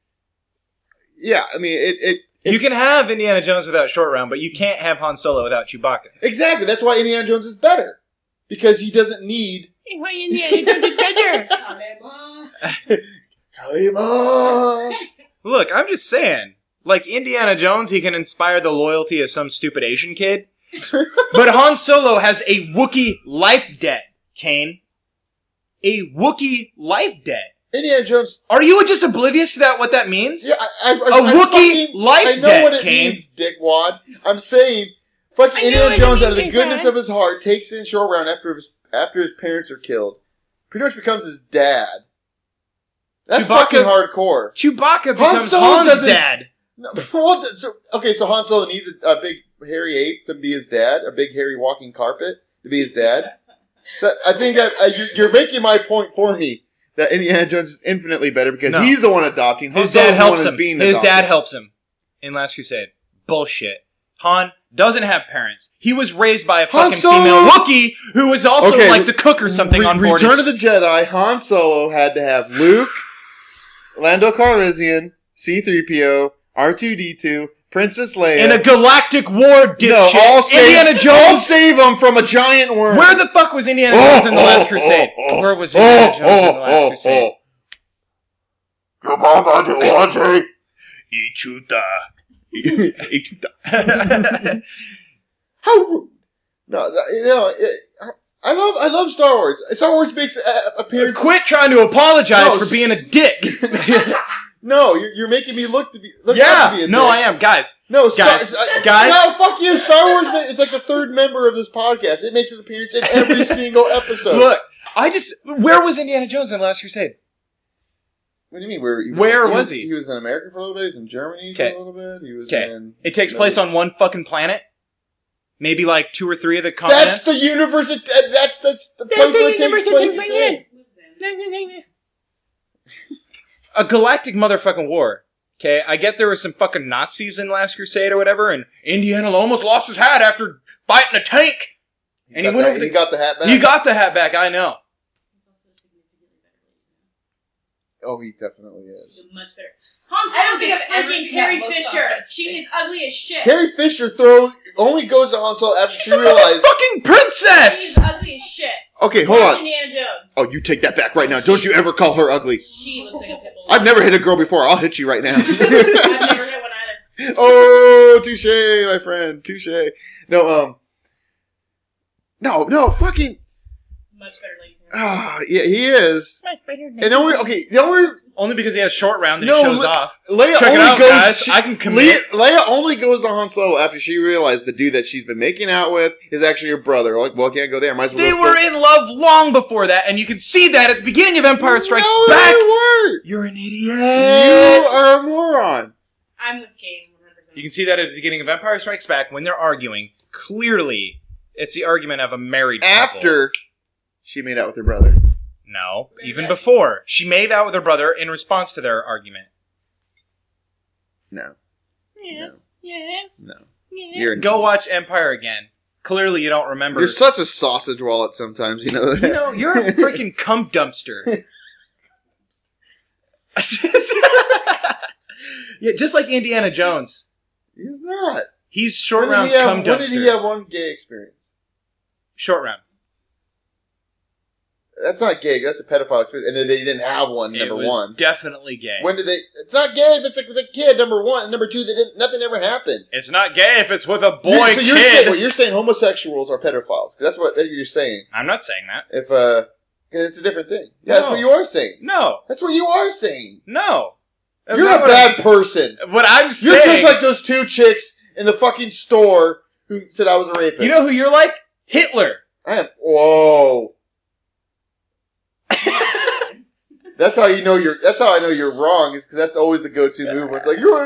Yeah, I mean it. it
You can have Indiana Jones without short round, but you can't have Han Solo without Chewbacca.
exactly. That's why Indiana Jones is better because he doesn't need Kalima.
Look, I'm just saying. Like Indiana Jones, he can inspire the loyalty of some stupid Asian kid. but Han Solo has a Wookiee life debt, Kane. A Wookiee life debt.
Indiana Jones.
Are you just oblivious to that what that means?
Yeah, I, I,
A
I, I
Wookiee
fucking-
life
I know
debt,
what it
Kane.
means, dickwad. I'm saying, fucking
I know
Indiana
what
Jones,
you
out of the
mean,
goodness
dickwad.
of his heart, takes in short round after his after his parents are killed. Pretty much becomes his dad. That's
Chewbacca-
fucking hardcore.
Chewbacca becomes
Solo
Han's
doesn't-
dad.
No, well, th- so, okay, so Han Solo needs a, a big hairy ape to be his dad, a big hairy walking carpet to be his dad. That- I think that, uh, you're, you're making my point for me that Indiana Jones is infinitely better because
No.
he's the one adopting. Han
His
Solo's
dad
the one
helps
who's
him.
Being
His
adopted.
dad helps him in Last Crusade. Bullshit. Han doesn't have parents. He was raised by a
Han
fucking
Solo-
female Wookiee who was also
Okay,
like the cook or something
Re-
on board.
Return of the Jedi. Han Solo had to have Luke, Lando Calrissian, C-3PO, R2D2, Princess Leia.
in a galactic war dipshit.
no, all save,
Indiana
all
Jones.
save him from a giant worm.
Where the fuck was Indiana
Oh,
Jones in the
oh,
Last
oh,
Crusade?
oh,
Where was Indiana
Oh,
Jones in the
oh,
Last
oh,
Crusade?
oh.
oh.
Your mama do laundry. oh. How rude. No, th- you know, it, I love, I love Star Wars. Star Wars makes uh, appearance.
Quit trying to apologize
No,
for
s-
being a dick.
no, you're, you're making me look to be. Look up to be
yeah,
a
no,
dick.
I am, guys.
No, Star-
Guys,
I-
guys.
No, fuck you. Star Wars ma- It's like the third member of this podcast. It makes an appearance in every single episode.
Look, I just where was Indiana Jones in Last Crusade?
What do you mean? Where? He
Where
he?
was he?
He was in America for a little bit. He was in Germany
Okay.
for a little bit. He was
Okay.
in.
It takes
No.
place on one fucking planet. Maybe like two or three of the
That's
continents.
the universe. That, that- that's that's the place where it takes place. It's in.
a galactic motherfucking war. Okay, I get there were some fucking Nazis in Last Crusade or whatever, and Indiana almost lost his hat after fighting a tank. And he
got
went
that-
over the-
he got the hat back.
He got the hat back, I know.
Oh, he definitely is.
Much better. Hans
I
Solo
don't think
is
I've ever
freaking
seen
Carrie
that look
Fisher.
on her
She
face.
is ugly as shit.
Carrie Fisher throw only goes to Han Solo after she
She's a
realized.
fucking
She's
princess!
ugly as shit.
Okay, hold
That's
on.
Indiana Jones.
Oh, you take that back right now. Don't you ever call her ugly.
She looks like a pit bull.
I've never hit a girl before. I'll hit you right now.
I've never hit one either.
oh, touche, my friend. Touche. No, um, no, no, fucking.
Much better ladies.
Ah, yeah, he is. And then we okay. Then we
Only because he has short round that
No,
he shows
look-
off.
Leia
Check it
only
out,
goes.
guys.
she-
I can
Leia,
commit.
Leia only goes to Han Solo after she realized the dude that she's been making out with is actually her brother. Like, well, can't go there. Might as well.
They
go
were
for-
in love long before that, and you can see that at the beginning of Empire Strikes
no,
Back.
They were.
You're an idiot.
You are a moron.
I'm with Kane 100%.
You can see that at the beginning of Empire Strikes Back when they're arguing. Clearly, it's the argument of a married couple.
After she made out with her brother.
No,
Wait,
even
wait.
before she made out with her brother in response to their argument.
No, Yes,
yes,
no. You're an-
Go watch Empire again. Clearly, you don't remember.
You're such a sausage wallet sometimes, you know.
you know, you're a freaking cum dumpster. yeah, just like Indiana Jones,
He's not.
he's short
when did
rounds
he have,
cum
when did
dumpster.
he have one gay experience?
Short round.
That's not gay. That's a pedophile experience. And then they didn't have one.
It
Number
was
one.
definitely gay.
When did they? It's not gay if it's a, with a kid. Number one and number two, they didn't. Nothing ever happened.
it's not gay if it's with a boy
You're- so
kid.
you're saying, well, you're saying homosexuals are pedophiles 'cause that's what that you're saying.
I'm not saying that.
If uh, 'cause it's a different thing. Yeah, that's
No.
what you are saying.
No,
That's what you are saying.
no. That's
you're a
not what I'm-
bad person.
What I'm saying.
You're just like those two chicks in the fucking store who said I was a rapist.
You know who you're like? Hitler.
I am. Whoa. That's how you know you're. That's how I know you're wrong. Is because that's always the go-to move. Where it's like you're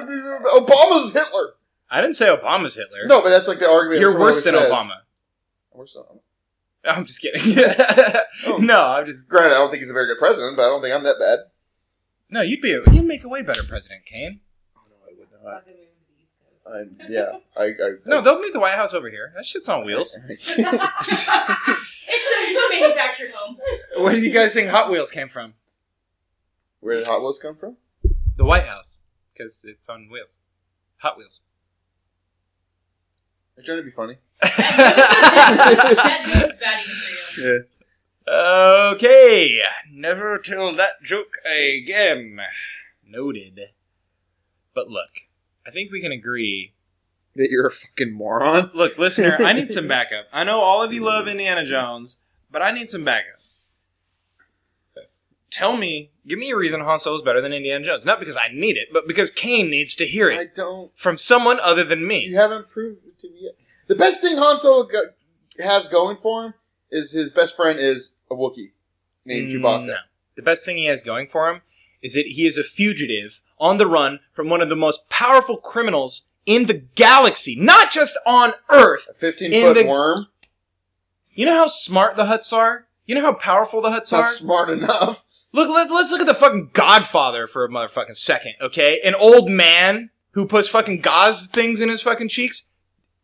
Obama's Hitler.
I didn't say Obama's Hitler.
No, but that's like the argument.
you're
someone
worse than
always says.
Obama.
Worse than Obama.
I'm just kidding. No, I'm just.
Granted, I don't think he's a very good president, but I don't think I'm that bad.
No, you'd be. A, you'd make a way better president, Kane.
No, I would
Fuck them moving to the East Coast.
I'm, yeah, I. I
No, they'll move the White House over here. That shit's on wheels.
it's, a, it's a manufactured home.
Where do you guys think Hot Wheels came from?
Where did Hot Wheels come from?
The White House, because it's on wheels. Hot Wheels.
I'm trying to be funny.
that joke was bad material.
okay, never tell that joke again. Noted. But look, I think we can agree.
That you're a fucking moron.
Look, listener, I need some backup. I know all of you love Indiana Jones, but I need some backup. Tell me, give me a reason Han Solo is better than Indiana Jones. Not because I need it, but because Kane needs to hear
I
it
don't.
from someone other than me.
You haven't proved it to me yet. The best thing Han Solo go- has going for him is his best friend is a Wookiee named Chewbacca.
Mm, No. The best thing he has going for him is that he is a fugitive on the run from one of the most powerful criminals in the galaxy, not just on Earth.
A 15
In
foot
the-
worm.
You know how smart the Huts are? You know how powerful the Huts
It's not
are?
smart enough.
Look, let, let's look at the fucking Godfather for a motherfucking second, okay? An old man who puts fucking gauze things in his fucking cheeks,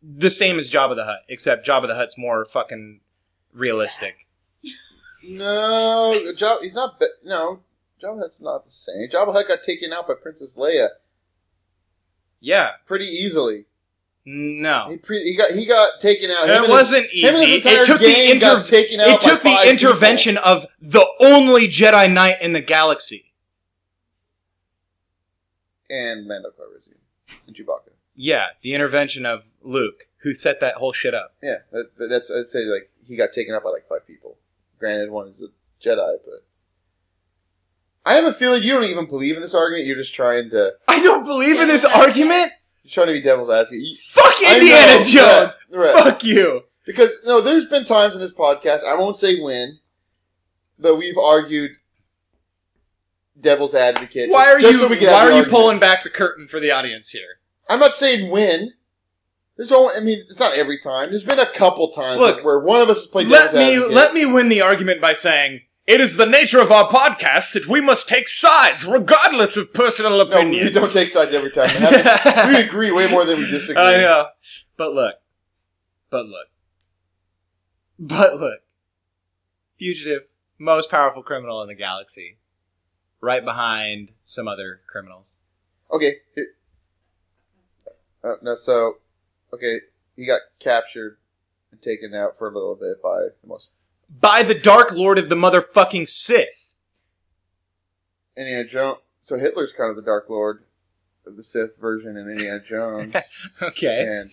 the same as Jabba the Hutt, except Jabba the Hutt's more fucking realistic.
No, Jabba, he's not. Be- no, Jabba Hutt's not the same. Jabba Hutt got taken out by Princess Leia
Yeah,
pretty easily.
no.
He, pre- he got he got taken out. uh, Him and
It
his-
wasn't
him and his
easy.
entire
It took the
gang
inter-
got taken out
It
by
took the
five
intervention of the only Jedi Knight in the galaxy.
people. and Lando Calrissian and Chewbacca.
Yeah, the intervention of Luke, who set that whole shit up.
Yeah, that, but that's I'd say like he got taken out by like five people. Granted, one is a Jedi, but I have a feeling you don't even believe in this argument. You're just trying to
I don't believe in this argument.
you're trying to be devil's advocate. You-
Fuck
I
Indiana
know,
Jones.
right, right.
Fuck you.
Because no, there's been times in this podcast, I won't say when, but we've argued devil's advocate.
Why are
just
you?
so we can have
why
the
are you
argument.
pulling back the curtain for the audience here?
I'm not saying when. There's only, I mean, it's not every time. There's been a couple times
Look,
where one of us has played
let
devil's
me
advocate.
let me win the argument by saying it is the nature of our podcast that we must take sides, regardless of personal
no,
opinions.
we don't take sides every time. It happens. we agree way more than we disagree.
I know. But look. But look. But look. Fugitive, most powerful criminal in the galaxy. Right behind some other criminals.
Okay. here- Uh, no, so okay, he got captured and taken out for a little bit by the most
By the Dark Lord of the motherfucking Sith.
Indiana Jones. So Hitler's kind of the Dark Lord of the Sith version in Indiana Jones,
Okay.
and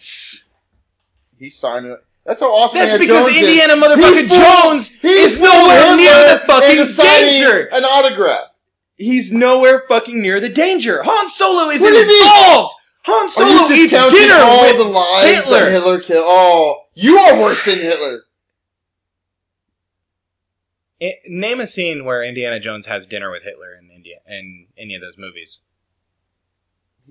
he signed it. That's how awesome.
That's
Indiana
because
Jones is.
Indiana motherfucking
He fooled-
Jones
He
is
fooled
nowhere near
Hitler
the fucking
into signing
danger.
An autograph.
He's nowhere fucking near the danger. Han Solo is
What do you mean?
involved. Han
Are
Solo
you
eats
discounting
dinner
all
with
the lies
Hitler.
that Hitler killed? Oh, you are worse than Hitler.
I- Eh, name a scene where Indiana Jones has dinner with Hitler in India in any of those movies.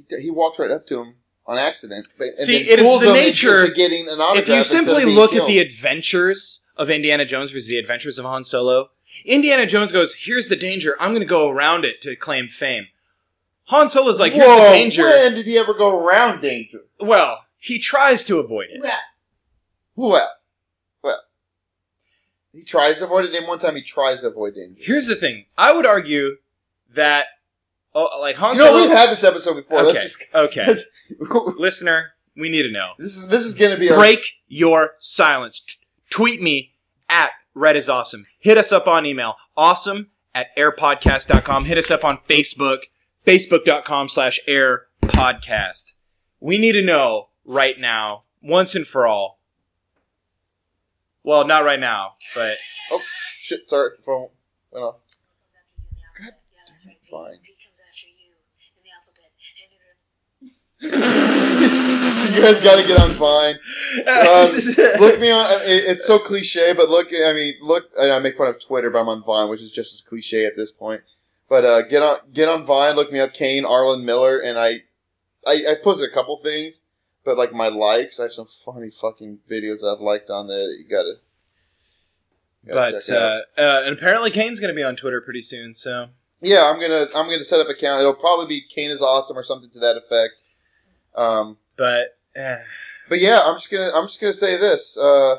He, he walked right up to him on accident. But, and
See,
then
it is
fools
the
him
nature-
into getting an autograph.
If you
instead of
simply
being
look at
killed.
the adventures of Indiana Jones versus the adventures of Han Solo, Indiana Jones goes, "Here's the danger. I'm going to go around it to claim fame." Han Solo's like, "Here's
Whoa,
the danger."
When did he ever go around danger?
Well, he tries to avoid it.
Yeah.
Well, well, he tries to avoid it. And one time he tries to avoid danger.
Here's the thing: I would argue that, oh, like Han
You know,
Solo.
we've had this episode before.
okay,
Let's just,
okay,
let's-
listener, we need to know.
this is this is going to be our
Break your silence. T- tweet me at Red is awesome. Hit us up on email. Awesome at airpodcast.com. Hit us up on Facebook. Facebook.com slash airpodcast. We need to know right now, once and for all. Well, not right now, but
Oh, Shit, sorry, phone went off.
God, yeah, that's right. P,
fine.
P comes after you in the alphabet, and you
you guys got to get on Vine. Um, Look me on. I- It, it's so cliche, but look. I mean, look. And I make fun of Twitter, but I'm on Vine, which is just as cliche at this point. But uh, get on, get on Vine. Look me up, Kane Arlen Miller, and I, I, I posted a couple things, but like my likes, I have some funny fucking videos that I've liked on there that you gotta. you gotta
but
check out.
uh, uh, and apparently Kane's going to be on Twitter pretty soon. So
yeah, I'm gonna, I'm gonna set up an account. It'll probably be Kane is awesome or something to that effect. Um,
But eh,
But yeah, I'm just gonna I'm just gonna say this. Uh,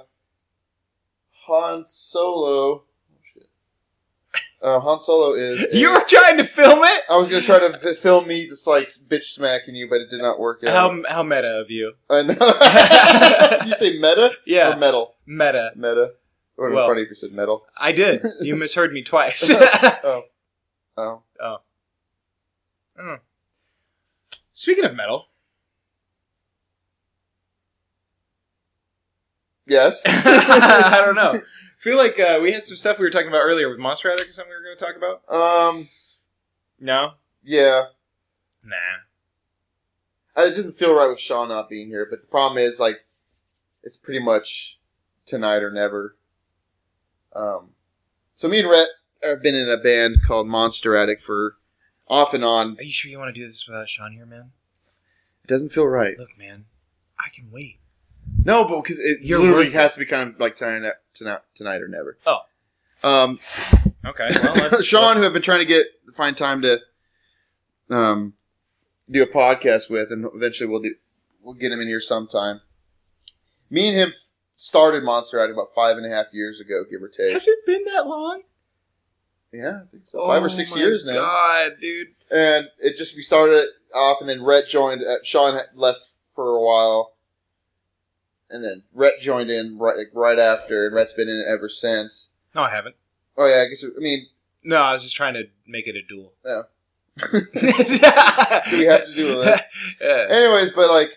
Han Solo. oh, shit. Uh, Han Solo is. a-
you were trying to film it.
I was gonna try to f- film me just like bitch smacking you, but it did not work out.
How how meta of you?
I know. you say meta or
Yeah,
metal?
meta.
Meta. It would have
Well-
been funny if you said metal.
I did. You misheard me twice.
Oh,
Speaking of metal,
yes.
I don't know. I feel like uh, we had some stuff we were talking about earlier with Monster Addict or something we were going to talk about.
um.
No,
Yeah.
nah.
I- It doesn't feel right with Sean not being here, but the problem is like, it's pretty much tonight or never. Um, so me and Rhett have been in a band called Monster Addict for off and on.
Are you sure you want to do this without Sean here, man?
It doesn't feel right.
Look, man, I can wait.
No, but because it
You're
literally
worth
has to be kind of like tonight, tonight, tonight or never.
Oh.
Um,
Okay. Well, let's,
Sean, who I've been trying to get find time to um, do a podcast with, and eventually we'll do we'll get him in here sometime. Me and him f- started Monster Addict about five and a half years ago, give or take.
Has it been that long?
Yeah, I think so.
Five
Five or six years now,
Oh God, dude.
and it just we started it off, and then Rhett joined. Uh, Sean had left for a while, and then Rhett joined in right like, right after, and Rhett's been in it ever since.
No, I haven't.
Oh yeah, I guess I mean
No, I was just trying to make it a duel.
Oh.
do
we have to do with that?
Yeah.
Anyways, but like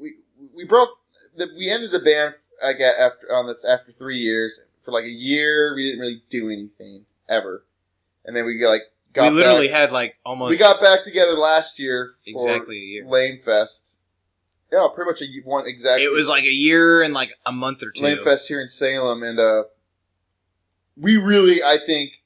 we we broke the, we ended the band I got after on the after three years for like a year we didn't really do anything ever, and then we like got
we literally
back,
had like almost
we got back together last year for
exactly a year.
Lame Fest. Yeah, pretty much a ye- one exactly.
It was like a year and like a month or two.
Lame Fest here in Salem, and uh, we really I think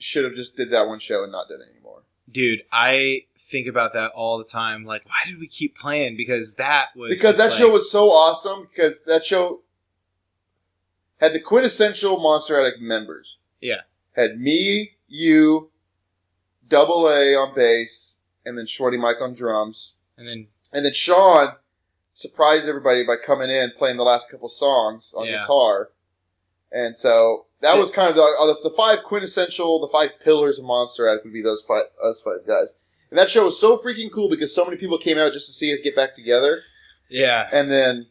should have just did that one show and not done it anymore.
Dude, I think about that all the time. Like, why did we keep playing? Because that was
because that
just
show
like-
was so awesome because that show had the quintessential Monster Addict members.
Yeah.
Had me, you, Double A on bass, and then Shorty Mike on drums.
and then
And then Sean surprised everybody by coming in playing the last couple songs on
Yeah.
guitar. And so that was kind of the, uh, the five quintessential, the five pillars of Monster Addict would be those five, us five guys. And that show was so freaking cool because so many people came out just to see us get back together.
yeah,
And then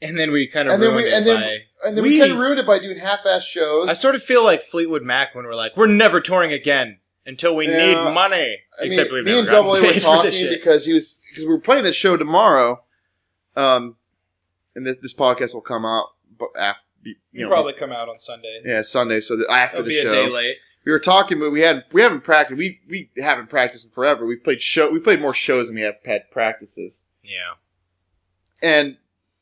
and then we kind of
And then we-
ruined it
and then-
by-
And then we,
We-
kind of ruined it by doing half-ass shows.
I sort of feel like Fleetwood Mac when we're like, we're never touring again until we
Yeah,
need money.
I mean,
Except we've
me
never
and Double A
gotten
were
paid for this
talking
shit.
because he was because we were playing that show tomorrow, um, and this, this podcast will come out bu- after you
We'll
know,
probably come out on Sunday.
yeah Sunday, so that after
It'll
the
be a day
show
late.
we were talking, but we had we haven't practiced we we haven't practiced in forever. We played show we played more shows than we have had practices,
Yeah.
and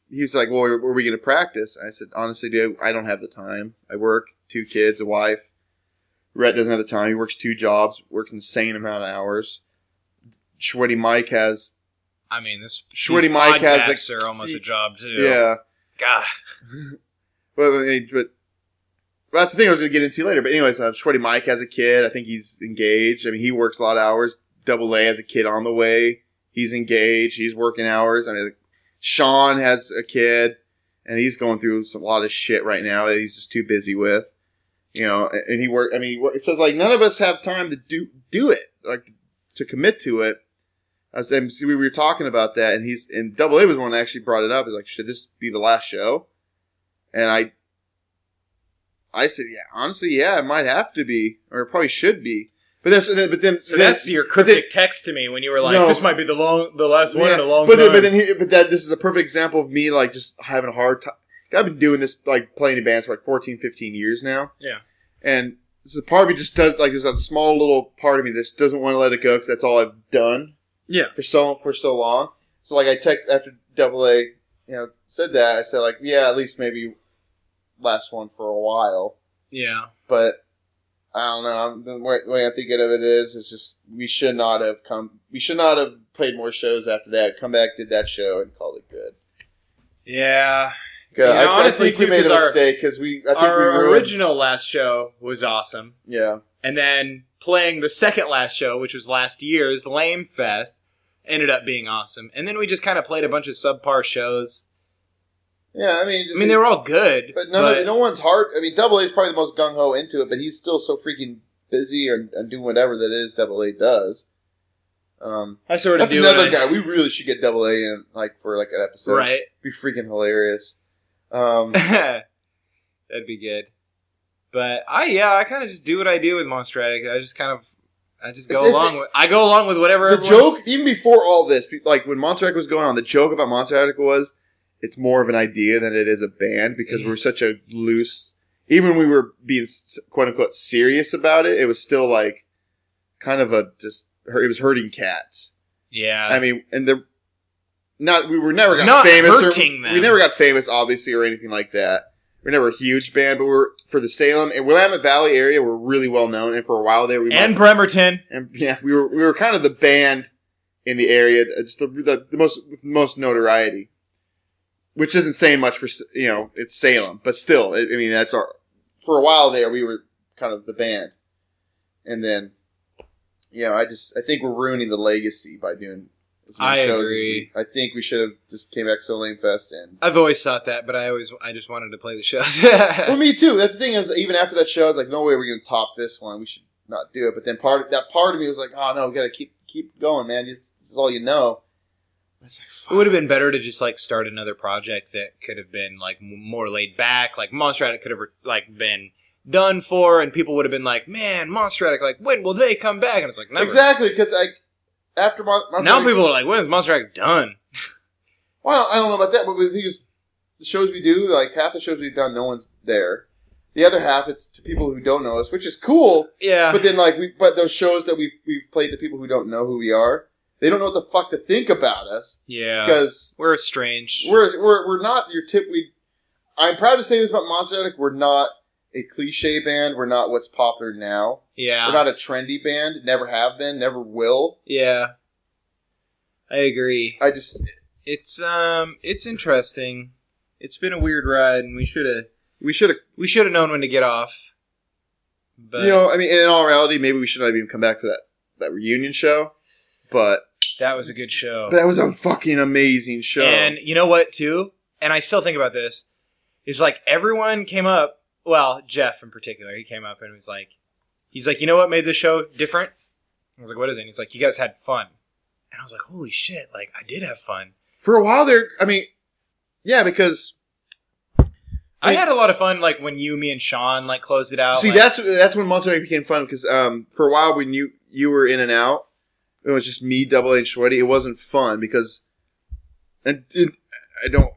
he was like, "Well, are, are we going to practice?" And I said, "Honestly, dude, I don't have the time. I work, two kids, a wife. Rhett doesn't have the time. He works two jobs, works insane amount of hours. Shreddy Mike has
I mean, this
Shorty
these
Mike has,
podcasts are almost a job too.
Yeah.
God.
But, but, but well, that's the thing I was going to get into later. But anyways, uh, Shorty Mike has a kid. I think he's engaged. I mean, he works a lot of hours. Double A has a kid on the way. He's engaged. He's working hours. I mean, like, Sean has a kid, and he's going through some, a lot of shit right now that he's just too busy with. You know, and, and he work. I mean, he work, it says like none of us have time to do do it, like to commit to it. I was, and see, we were talking about that, and he's and Double A was the one that actually brought it up. Is like, should this be the last show? And I I said, yeah, honestly, yeah, it might have to be, or it probably should be. But that's but then
So
then-
that's your
but then-
cryptic text to me when you were like,
No.
"This might be the long, the last one in a long
but
time."
Then, but then here, but that this is a perfect example of me like just having a hard time. I've been doing this like playing in bands for like 14, 15 years now.
Yeah.
And so part of me just does like there's that small little part of me that just doesn't want to let it go because that's all I've done
yeah,
for so for so long. So like I text after Double A, you know, said that I said like yeah at least maybe last one for a while
yeah,
but I don't know. I'm- The way, way I think of it is, it's just we should not have come. We should not have played more shows after that. Come back, did that show, and called it good.
yeah.
Yeah,
Yeah,
I, I
honestly,
think we
too,
made a
'cause our-
mistake because we. I think we
Our
ruined,
original last show was awesome,
Yeah,
and then playing the second last show, which was last year's Lame Fest, ended up being awesome. And then we just kind of played a bunch of subpar shows.
yeah. I mean, just,
I mean, they were all good,
but none of no one's hard. I mean, Double A is probably the most gung ho into it, but he's still so freaking busy or, and doing whatever that is Double A does. Um,
I sort of
that's
do
another
it.
guy. We really should get Double A in like for like an episode.
right?
be freaking hilarious. Um,
That'd be good. But I yeah, I kind of just do what I do with Monstratic. I just kind of I just go
It's- it's-
along with I go along with whatever
the
everyone's-
joke even before all this be- like when monster Attack was going on the joke about monster Attack was it's more of an idea than it is a band because we're such a loose even when we were being s- quote unquote serious about it it was still like kind of a just hur- it was hurting cats
Yeah,
i mean and the not we were never got
Not
famous or-
hurting them.
we never got famous obviously or anything like that we we're never a huge band but we we're for the salem and willamette valley area we're really well known and for a while there we might-
and Bremerton.
and yeah, we were we were kind of the band in the area, uh, just the the, the most with most notoriety, which isn't saying much for S- you know it's Salem, but still, I I mean that's our for a while there we were kind of the band, and then you know I just I think we're ruining the legacy by doing. As many
I
shows as
agree.
we- I think we should have just came back so lame fest and.
I've always thought that, but I always I just wanted to play the shows.
Well, me too. That's the thing is, even after that show, I was like, no way we're gonna top this one. We should not do it. But then part that part of me was like, oh no, we gotta keep keep going, man. This, this is all you know. I was like,
It
fuck.
would have been better to just like start another project that could have been like m- more laid back. Like Monster Addict could have like been done for, and people would have been like, "Man, Monster Addict, like when will they come back?" And it's like, never.
exactly because I after Mon- Monster
Now
Inc-
people are like, "When's Monster Addict done?"
well, I don't, I don't know about that, but the thing is, the shows we do, like half the shows we've done, no one's there. The other half, it's to people who don't know us, which is cool.
Yeah,
But then, like, we but those shows that we we've played to people who don't know who we are, they don't know what the fuck to think about us
yeah.
because.
We're strange.
We're, we're, we're not your tip. We, I'm proud to say this about Monster Addict. We're not a cliche band. We're not what's popular now.
yeah.
We're not a trendy band. Never have been. Never will.
yeah. I agree.
I just
It's um it's interesting. It's been a weird ride and we should have
we should have.
we should have known when to get off. But
You know, I mean, in all reality, maybe we should not have even come back for that that reunion show. But
that was a good show.
that was a fucking amazing show.
And you know what too? And I still think about this is like everyone came up, well, Jeff in particular, he came up and was like he's like, "You know what made this show different?" I was like, "What is it?" And he's like, "You guys had fun." And I was like, "Holy shit, like I did have fun."
for a while there, I mean, yeah, because
I
Wait.
had a lot of fun, like when you, me, and Sean like closed it out.
See,
like-
that's that's when Monterey became fun because um, for a while when you you were in and out, it was just me, Double A, and Shreddy. It wasn't fun because, and it, I don't,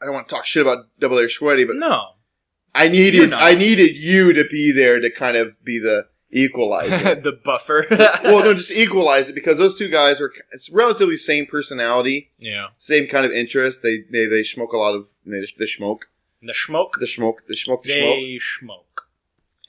I don't want to talk shit about Double A or Shreddy, but
no,
I
You're
needed
not.
I needed you to be there to kind of be the equalizer.
the buffer.
well, no, just equalize it because those two guys are it's relatively same personality,
yeah,
same kind of interest. They they they smoke a lot of they, they smoke
the smoke.
the smoke the smoke the smoke.
They smoke.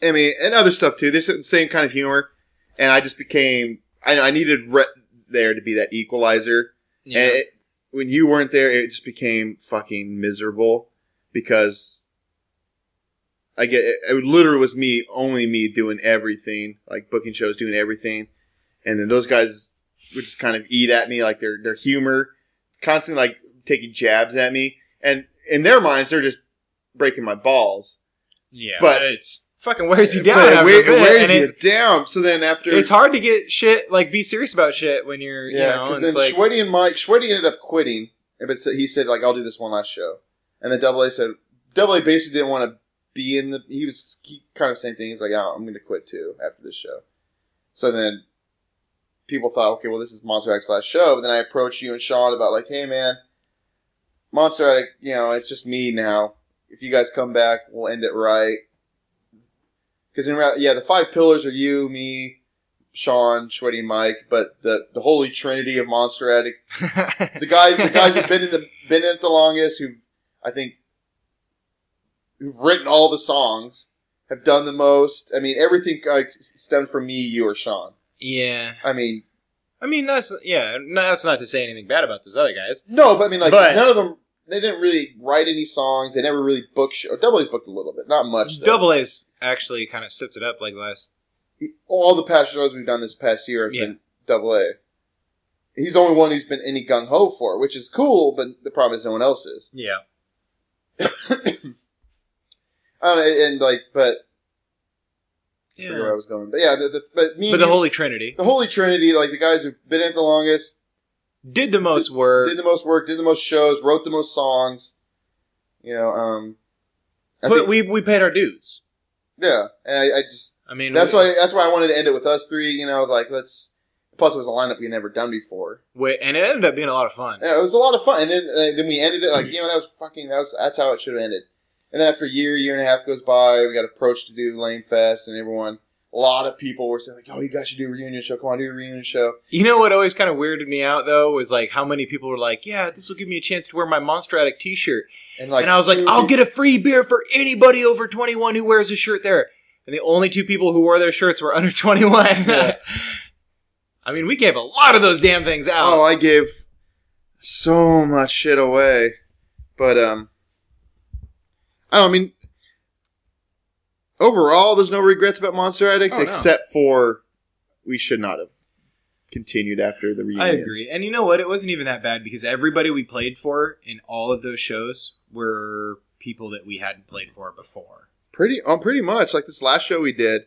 I mean, and other stuff too. There's the same kind of humor, and I just became. I, I needed Rhett there to be that equalizer,
Yeah.
and it, when you weren't there, it just became fucking miserable because I get it, it literally was me, only me doing everything, like booking shows, doing everything, and then those guys would just kind of eat at me, like their their humor, constantly like taking jabs at me, and in their minds, they're just breaking my balls.
yeah,
but-
but it's fucking wears you down.
But it
after
we-
a
it
bit,
wears
and
you
it-
down. So then after
it's hard to get shit like be serious about shit when you're
Yeah,
you know.
because
It's
then
like
Schwede and Mike, Schwede ended up quitting, but so- he said like I'll do this one last show, and then Double A said Double A basically didn't want to be in the. He was he kind of saying things like, oh, "I'm going to quit too after this show." So then people thought, "Okay, well, this is Monster X last show." But then I approached you and Sean about like, "Hey, man, Monster Addict, you know, it's just me now. If you guys come back, we'll end it right." Because in reality, yeah, the five pillars are you, me, Sean, Shweddy, and Mike, but the the holy trinity of Monster Addict the guys the guys who've been in the been in it the longest who I think who've written all the songs have done the most. I mean, everything like stemmed from me, you, or Sean.
yeah.
I mean,
I mean, that's yeah. No, that's not to say anything bad about those other guys.
no, but I mean, like
But-
none of them. They didn't really write any songs. They never really booked. Show. Double A's booked a little bit, not much. Though.
Double A's actually kind of stepped it up like last.
all the past shows we've done this past year have
Yeah.
been Double A. He's the only one who's been any gung ho for, which is cool. But the problem is, no one else is.
Yeah.
I don't know, and like, but I forget where
Yeah.
I was going. But yeah, the, the, but me,
But
and
the
you-
Holy Trinity
the Holy Trinity, like the guys who've been at the longest,
did the most work.
did the most work, did the most shows, wrote the most songs. You know, um, I
but
think-
we we paid our dues.
yeah, and I, I just
I mean,
that's
we-
why that's why I wanted to end it with us three. You know, like let's. Plus, it was a lineup we had never done before.
we- and it ended up being a lot of fun.
Yeah, it was a lot of fun, and then uh, then we ended it like you know that was fucking that was that's how it should have ended. And then after a year, year and a half goes by, we got approached to do Lame Fest, and everyone, a lot of people were saying like, "Oh, you guys should do a reunion show. Come on, do a reunion show."
You know what always kind of weirded me out though was like how many people were like, "Yeah, this will give me a chance to wear my Monster Addict T-shirt,"
And like,
and I was like,
dude,
"I'll get a free beer for anybody over 21 who wears a shirt there." And the only two people who wore their shirts were under 21.
Yeah.
I mean, we gave a lot of those damn things out.
Oh, I gave so much shit away, but um, I don't I mean. Overall, there's no regrets about Monster Addict
Oh, no.
except for we should not have continued after the reunion.
I agree. And you know what? It wasn't even that bad because everybody we played for in all of those shows were people that we hadn't played for before.
Pretty, um, pretty much like this last show we did.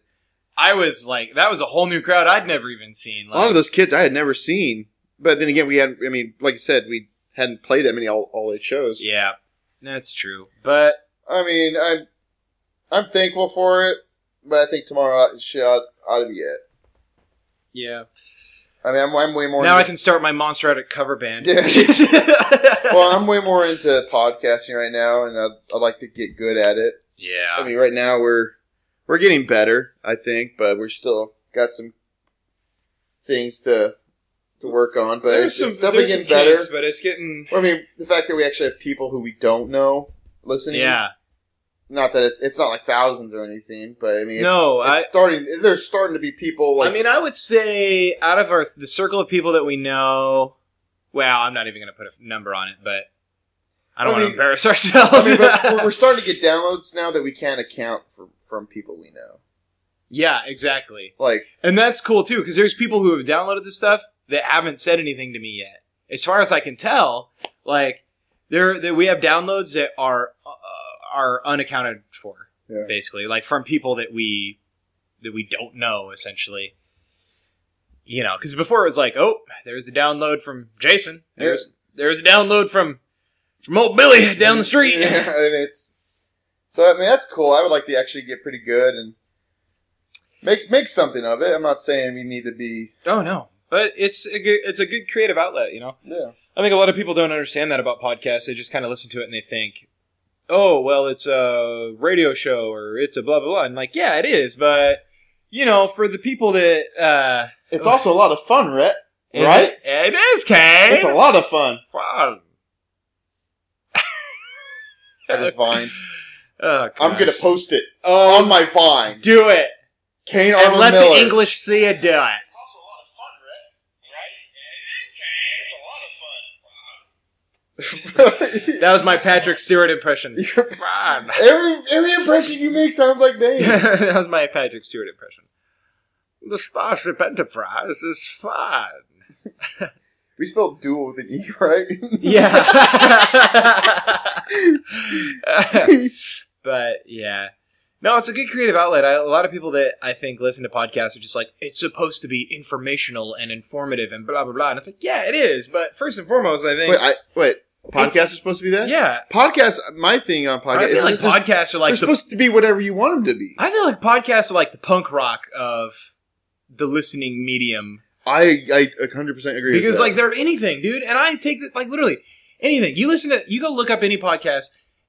I was like, that was a whole new crowd I'd never even seen.
a lot of those kids I had never seen. But then again, we hadn't. I mean, like you said, we hadn't played that many all, all eight shows.
Yeah, that's true. But
I mean, I'm I'm thankful for it, but I think tomorrow shit ought, ought to be it.
yeah,
I mean, I'm, I'm way more.
now I
into,
can start my Monster Addict cover band.
Yeah. well, I'm way more into podcasting right now, and I'd, I'd like to get good at it.
yeah.
I mean, right now we're we're getting better, I think, but we're still got some things to to work on. But it's, it's definitely getting better.
kinks, but it's getting
Well, I mean, the fact that we actually have people who we don't know listening.
yeah.
Not that it's, it's not like thousands or anything, but I mean, it's,
No,
it's
I.
starting. There's starting to be people like.
I mean, I would say out of our the circle of people that we know, well, I'm not even going to put a number on it, but I don't
I
want
mean-
to embarrass ourselves.
I mean, but we're, we're starting to get downloads now that we can't account for from people we know.
yeah, exactly,
Like,
and that's cool too because there's people who have downloaded this stuff that haven't said anything to me yet. As far as I can tell, like there, there we have downloads that are uh, are unaccounted for,
Yeah.
basically, like from people that we that we don't know essentially. You know, because before it was like, oh, there's a download from Jason. There's there's a download from from old Billy down the street.
Yeah, I mean, it's so. I mean, that's cool. I would like to actually get pretty good and make make something of it. I'm not saying we need to be.
Oh no, but it's a good, it's a good creative outlet, you know.
Yeah.
I think a lot of people don't understand that about podcasts. They just kind of listen to it and they think, "Oh, well, it's a radio show or it's a blah blah blah." And like, yeah, it is, but you know, for the people that uh,
It's also a lot of fun, Rhett.
is
Right?
it- it is, Kane.
It's a lot of fun.
Fun.
I just Vine.
Oh,
I'm gonna post it
oh,
on my Vine.
do it
Kane
and
Arnold
let
Miller.
the English see you do it.
It's also a lot of fun, right? Right? It's a lot of fun.
That was my Patrick Stewart impression.
Your-
Fun.
every every impression you make sounds like Bane.
that was my Patrick Stewart impression. The Starship Enterprise is fun.
we spelled dual with an E, right?
Yeah. but yeah. No, it's a good creative outlet. I, a lot of people that I think listen to podcasts are just like, it's supposed to be informational and informative and blah, blah, blah. And it's like, yeah, it is. But first and foremost, I think.
wait, I, wait. Podcasts are supposed to be that.
Yeah,
Podcasts. My thing on podcasts.
I
is
feel like
they're,
podcasts are
they're
like the,
supposed to be whatever you want them to be.
I feel like podcasts are like the punk rock of the listening medium
I I hundred percent agree.
because
with
like
that.
they're anything, dude. And I take it like literally anything. You listen to you go look up any podcast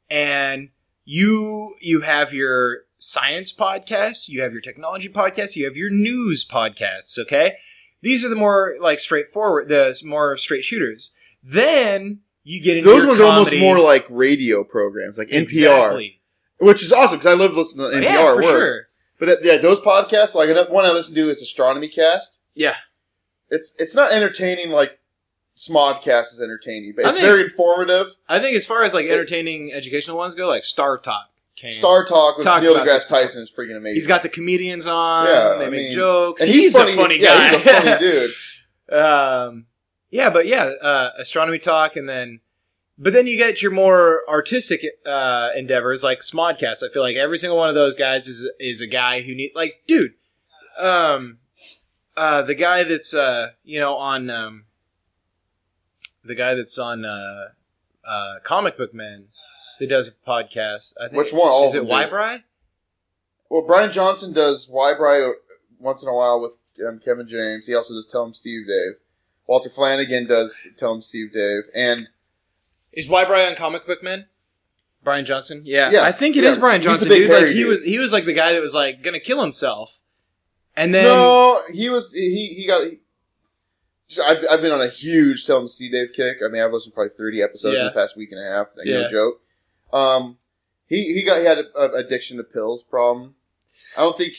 and you you have your science podcast, you have your technology podcast, you have your news podcasts, okay? These are the more like straightforward, the more straight shooters. Then you get into
those
your
ones are almost
comedy.
more like radio programs, like NPR,
Exactly. Oh,
which is awesome because I love listening to NPR
yeah, for
work.
sure.
But that, yeah, those podcasts, like another one I listen to is Astronomy Cast.
Yeah.
It's it's not entertaining like Smodcast is entertaining, but
I
it's
think-
very informative.
I think as far as like entertaining educational ones go, like Star Talk came.
Star Talk with
Talk
Neil
about
deGrasse
it.
Tyson is freaking amazing.
He's got the comedians on.
Yeah,
they
I
make
mean-
jokes.
and he's, funny.
a funny guy.
yeah, he's a funny dude.
um, yeah, but yeah, uh, astronomy talk, and then, but then you get your more artistic uh, endeavors like Smodcast. I feel like every single one of those guys is is a guy who need like, dude, um, uh, the guy that's uh, you know on um, the guy that's on uh, uh, comic book men that does a podcast. I think,
Which one? All
is
of them
it?
do.
Wybry?
Well, Brian Johnson does Why Bry once in a while with um, Kevin James. He also does Tell Him Steve Dave. Walter Flanagan does Tell Him Steve Dave. And
Is why Brian comic book man? Brian Johnson? Yeah.
Yeah,
I think it is
yeah.
Brian
He's the
Johnson,
big
dude. Like
hairy
he
dude.
was he was like the guy that was like gonna kill himself. And then
no, he was he he got. He, just- I've, I've been on a huge Tell Him Steve Dave kick. I mean, I've listened to probably thirty episodes in
Yeah.
the past week and a half. Like,
Yeah.
No joke. Um, he he got he had a, a addiction to pills problem. I don't think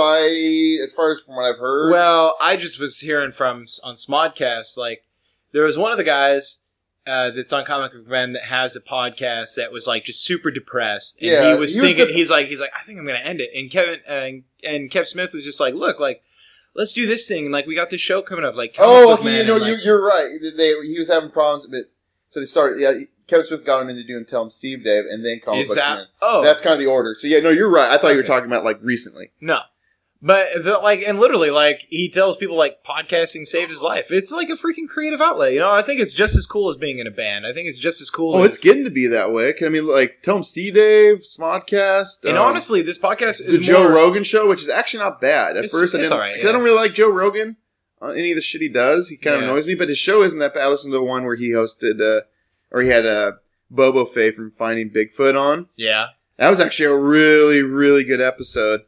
suicide, as far as from what I've heard.
Well, I just was hearing from s- on Smodcast, like there was one of the guys uh, that's on Comic Book Men that has a podcast that was like just super depressed, and
Yeah,
he was
he was
thinking
dep-
he's like he's like I think I'm gonna end it, and Kevin and and Kev Smith was just like look like let's do this thing, and like we got this show coming up, like Comic
Oh,
Book
okay. You
Men,
know,
and,
you,
like-
you're right. They, he was having problems, but so they started. Yeah, Kevin Smith got him into doing Tell Him Steve Dave, and then Comic
is
Book
that
Man.
oh
That's kind of the order. So yeah, no, you're right. I thought you were
Okay.
talking about like recently.
No. But the, like and literally like he tells people like podcasting saved his life. It's like a freaking creative outlet, you know. I think it's just as cool as being in a band. I think it's just as cool.
Oh,
as,
it's getting to be that way. I mean, like Tell Him Steve Dave, Smodcast,
And
um,
honestly, this podcast
the
is
Joe
more-
Rogan show, which is actually not bad. At
It's-
first, I
it's
didn't
all right,
'cause
yeah.
I don't really like Joe Rogan on any of the shit he does. He kind of
Yeah.
annoys me, but his show isn't that bad. I listened to one where he hosted, uh, or he had uh, Bobo Fay from Finding Bigfoot on.
Yeah,
That was actually a really, really good episode.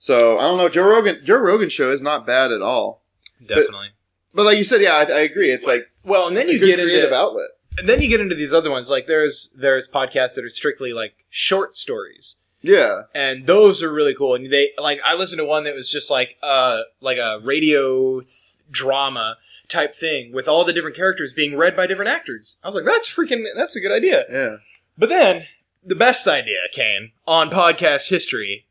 So I don't know, Joe Rogan. Joe Rogan show is not bad at all.
definitely.
But like you said, yeah, I, I agree. It's like
well, and then
it's a
you
good
get
creative
into
outlet.
and then you get into these other ones. Like there's there's podcasts that are strictly like short stories.
Yeah,
and those are really cool. And they like I listened to one that was just like uh like a radio th- drama type thing with all the different characters being read by different actors. I was like, that's freaking that's a good idea.
yeah.
But then the best idea came on podcast history,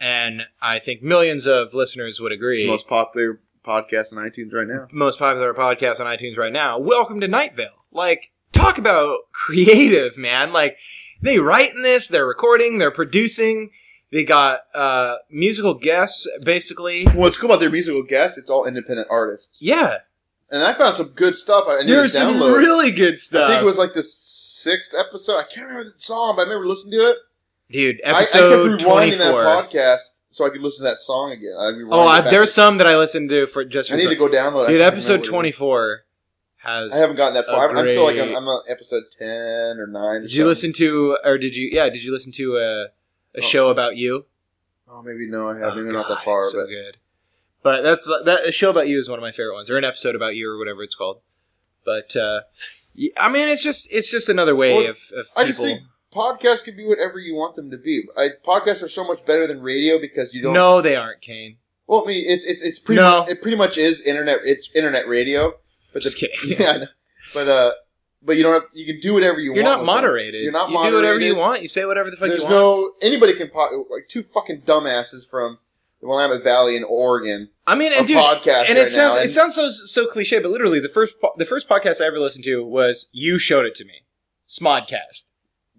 and I think millions of listeners would agree.
Most popular podcast on iTunes right now.
most popular podcast on iTunes right now. Welcome to Night Vale. Like, talk about creative, man. Like, they write in this, they're recording, they're producing. They got uh, musical guests, basically.
What's cool about their musical guests? It's all independent artists,
Yeah,
and I found some good stuff. I need to
there's some
download.
really good
I
stuff,
think it was like the sixth episode. I can't remember the song, but I remember listening to it.
dude.
I- I,
Episode
kept rewinding
twenty-four.
that podcast so I could listen to that song again. I
oh, I, there's some that I listened to for just.
I need to go download. it. I
dude,
can't remember
episode
what it is.
twenty-four has.
I haven't gotten that
a
far. I'm, I'm still like
great-
I'm, I'm on episode ten or nine. or
did you
something.
listen to, or did you? Yeah, did you listen to uh, a, a
Oh.
show about you?
Oh, maybe no, I haven't. maybe
Oh,
not
God,
that far.
it's so
but
good. But that's that a show about you is one of my favorite ones, or an episode about you, or whatever it's called. But uh, y- I mean, it's just it's just another way
Well,
of, of
I just
people.
think podcasts can be whatever you want them to be. I, podcasts are so much better than radio because you don't.
no, they aren't, Kane.
Well, I mean, it's it's it's pretty.
No.
Much, it pretty much is internet. It's internet radio. But
Just
the,
kidding.
yeah, I know. but uh, but you don't. Have, you can do whatever you
You're
want.
not
with them.
moderated.
You're not
you do whatever you
moderated.
want. You say whatever the fuck
There's
you want.
no anybody can po- like two fucking dumbasses from the Willamette Valley in Oregon.
I mean, and
a
dude,
podcast
and
right
it sounds
now,
it
and-
sounds so so cliche, but literally the first po- the first podcast I ever listened to was you showed it to me, Smodcast.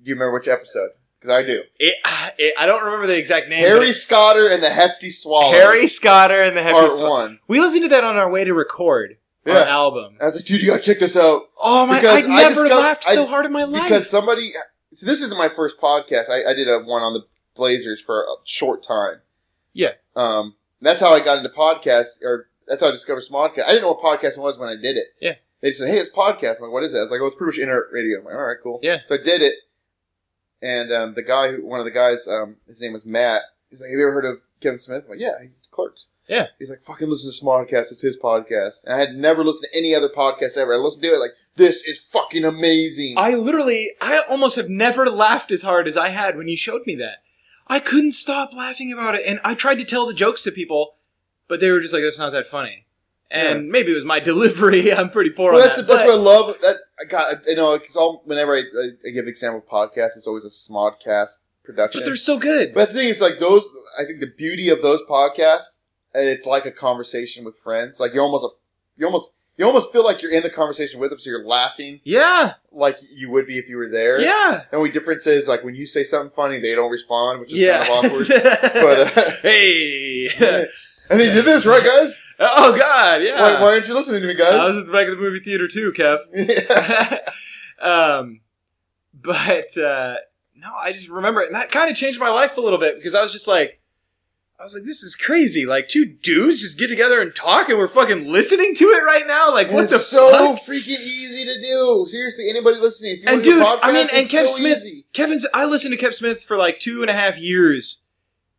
Do you remember which episode? Because I do.
It, it I don't remember the exact name. but
Harry
it-
Scotter and the Hefty Swallow.
Harry Scotter and the Heavy.
Part
Sw-
one.
We listened to that on our way to record.
Yeah.
on album.
I was like, dude, you gotta check this out.
Oh my!
Because
I
I
never
discovered-
laughed
I-
so hard in my life.
Because somebody, so this isn't my first podcast. I, I did a one on the Blazers for a short time.
Yeah.
Um, that's how I got into podcasts, or that's how I discovered Smodcast. I didn't know what podcast was when I did it.
Yeah.
They said, "Hey, it's podcast." I'm like, "What is that?" I was like, "Oh, it's pretty much internet radio." I'm like, "All right, cool."
Yeah.
So I did it, and um, the guy, who, one of the guys, um, his name was Matt. He's like, "Have you ever heard of Kevin Smith?" I'm like, "Yeah, he Clerks."
Yeah.
He's like, "Fucking listen to Smodcast. It's his podcast." And I had never listened to any other podcast ever. I listened to it like, "This is fucking amazing."
I literally, I almost have never laughed as hard as I had when you showed me that. I couldn't stop laughing about it, and I tried to tell the jokes to people, but they were just like, "That's not that funny." And maybe it was my delivery. I'm pretty poor
Well,
on
that's
that.
that's
but-
what I love. That I got I- you know because all whenever I, I, I give example podcasts, it's always a smodcast production.
but they're so good.
But the thing is, like those, I think the beauty of those podcasts, uh, it's like a conversation with friends. Like you almost, a, you almost, you almost feel like you're in the conversation with them, so you're laughing
yeah,
like you would be if you were there.
yeah,
The only difference is like when you say something funny, they don't respond, which is
yeah.
kind of awkward. but uh,
hey,
and they did this right, guys.
oh god, yeah.
Why, why aren't you listening to me,
I
guys?
was at the back of the movie theater too, Kev.
yeah.
um, but uh, no, I just remember it, and that kind of changed my life a little bit because I was just like, I was like, this is crazy. Like two dudes just get together and talk, and we're fucking listening to it right now. Like what
it's
the
so
fuck?
freaking easy to do. Seriously, anybody listening, if you
And
want to do a
dude,
podcast,
I mean, and
it's so
Kev Smith-
easy.
Kevin's. I listened to Kev Smith for like two and a half years,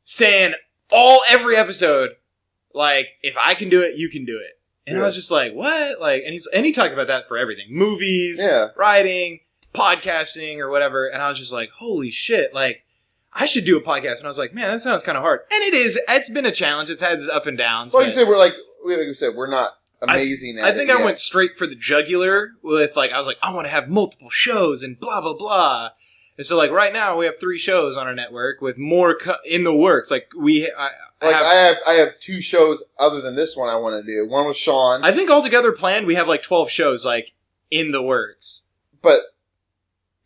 saying all every episode, like if I can do it, you can do it. And I
Yeah.
was just like, what? Like, and he's and he talked about that for everything, movies,
Yeah,
writing, podcasting, or whatever. And I was just like, holy shit, like, I should do a podcast. And I was like, man, that sounds kind of hard. And it is. It's been a challenge. It's had its up and downs.
so like you
but
said, we're like, like we said, we're not amazing. at
I think
it
I
yet.
went straight for the jugular with, like, I was like, I want to have multiple shows and blah, blah, blah. And so, like, right now we have three shows on our network with more co- in the works. Like, we, I, I
Like
have,
I have, I have two shows other than this one I want to do. One with Sean,
I think altogether planned, we have like 12 shows, like, in the works.
but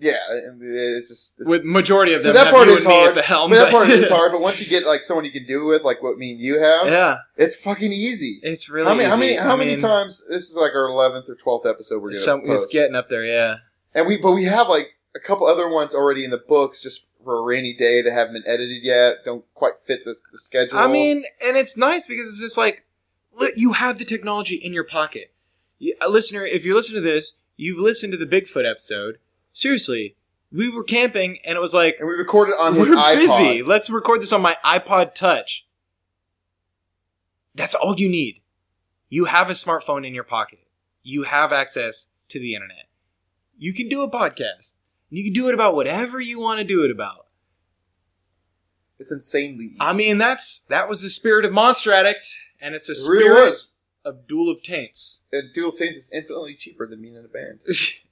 yeah, it- it's just it's,
With majority of
So
them
that
have
part
you
is
and me
hard.
at the helm.
but that
but-
part is hard. But once you get like someone you can do it with, like what me and you have,
Yeah.
it's fucking easy.
It's really
how many, how
easy.
many, how
I
many
mean,
times? This is like our eleventh or twelfth episode. We're gonna
Some, it's
post.
getting up there, yeah.
And we, but we have like a couple other ones already in the books, just for a rainy day that haven't been edited yet. Don't quite fit the, the schedule.
I mean, and it's nice because it's just like li- you have the technology in your pocket. You, a listener, if you're listening to this, you've listened to the Bigfoot episode. Seriously, we were camping and it was like
and we recorded on his
we're
iPod.
busy. Let's record this on my iPod Touch. That's all you need. You have a smartphone in your pocket. You have access to the internet. You can do a podcast. You can do it about whatever you want to do it about.
It's insanely. Easy.
I mean, that's that was the spirit of Monster Addict, and it's a
it
spirit
really was.
of Duel of Taints.
And Dual Saints is infinitely cheaper than being in a band.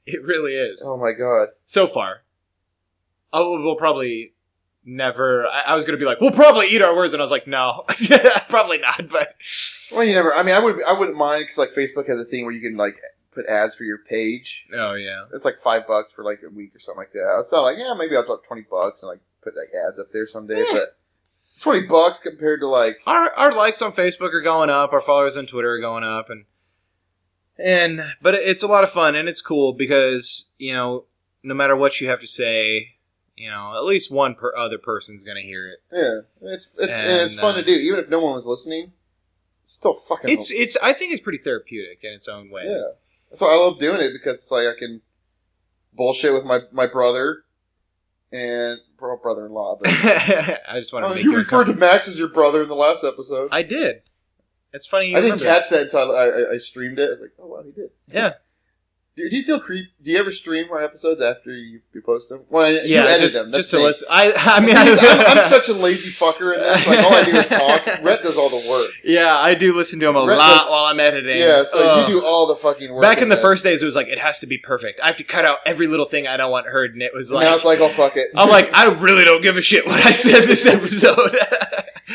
it really is.
Oh my god!
So far, oh, we'll probably never. I, I was gonna be like, we'll probably eat our words, and I was like, no, probably not. But
Well, you never. I mean, I would. I wouldn't mind because like Facebook has a thing where you can like put ads for your page.
oh yeah,
It's like five bucks for like a week or something like that. I was thought like, yeah, maybe I'll drop twenty bucks and like put like ads up there someday.
Eh.
But twenty bucks compared to like
our our likes on Facebook are going up, our followers on Twitter are going up, and and but it- it's a lot of fun and it's cool because you know no matter what you have to say, you know at least one per other person's gonna hear it.
Yeah, it's it's and, it's
And,
fun
uh,
to do, even if no one was listening. It's still fucking.
It's it's. I think it's pretty therapeutic in its own way.
yeah. That's why I love doing it because it's like I can bullshit with my my brother and well, brother-in-law. But
I just want to
Oh,
make
you
your
referred to
comment.
Max as your brother in the last episode. I,
I did. It's funny. You
didn't
remember
catch that until I, I, I streamed it. I was like, oh wow, he did.
that. Yeah,
Do, do you feel creep? Do you ever stream our episodes after you, you post them? Well, I- you
yeah.
edit
just
them. That's
just to
the thing.
listen. I I mean,
Because I'm, I'm
I,
such a lazy fucker in this. Like all I do is talk. Rhett does all the work.
yeah, I do listen to him a
Brett
lot
does-
while I'm editing.
Yeah, so
Ugh.
you do all the fucking work.
Back in the
this.
first days, it was like it has to be perfect. I have to cut out every little thing I don't want heard, and it was like
now it's like, oh fuck it.
I'm like I really don't give a shit what I said this episode.
But,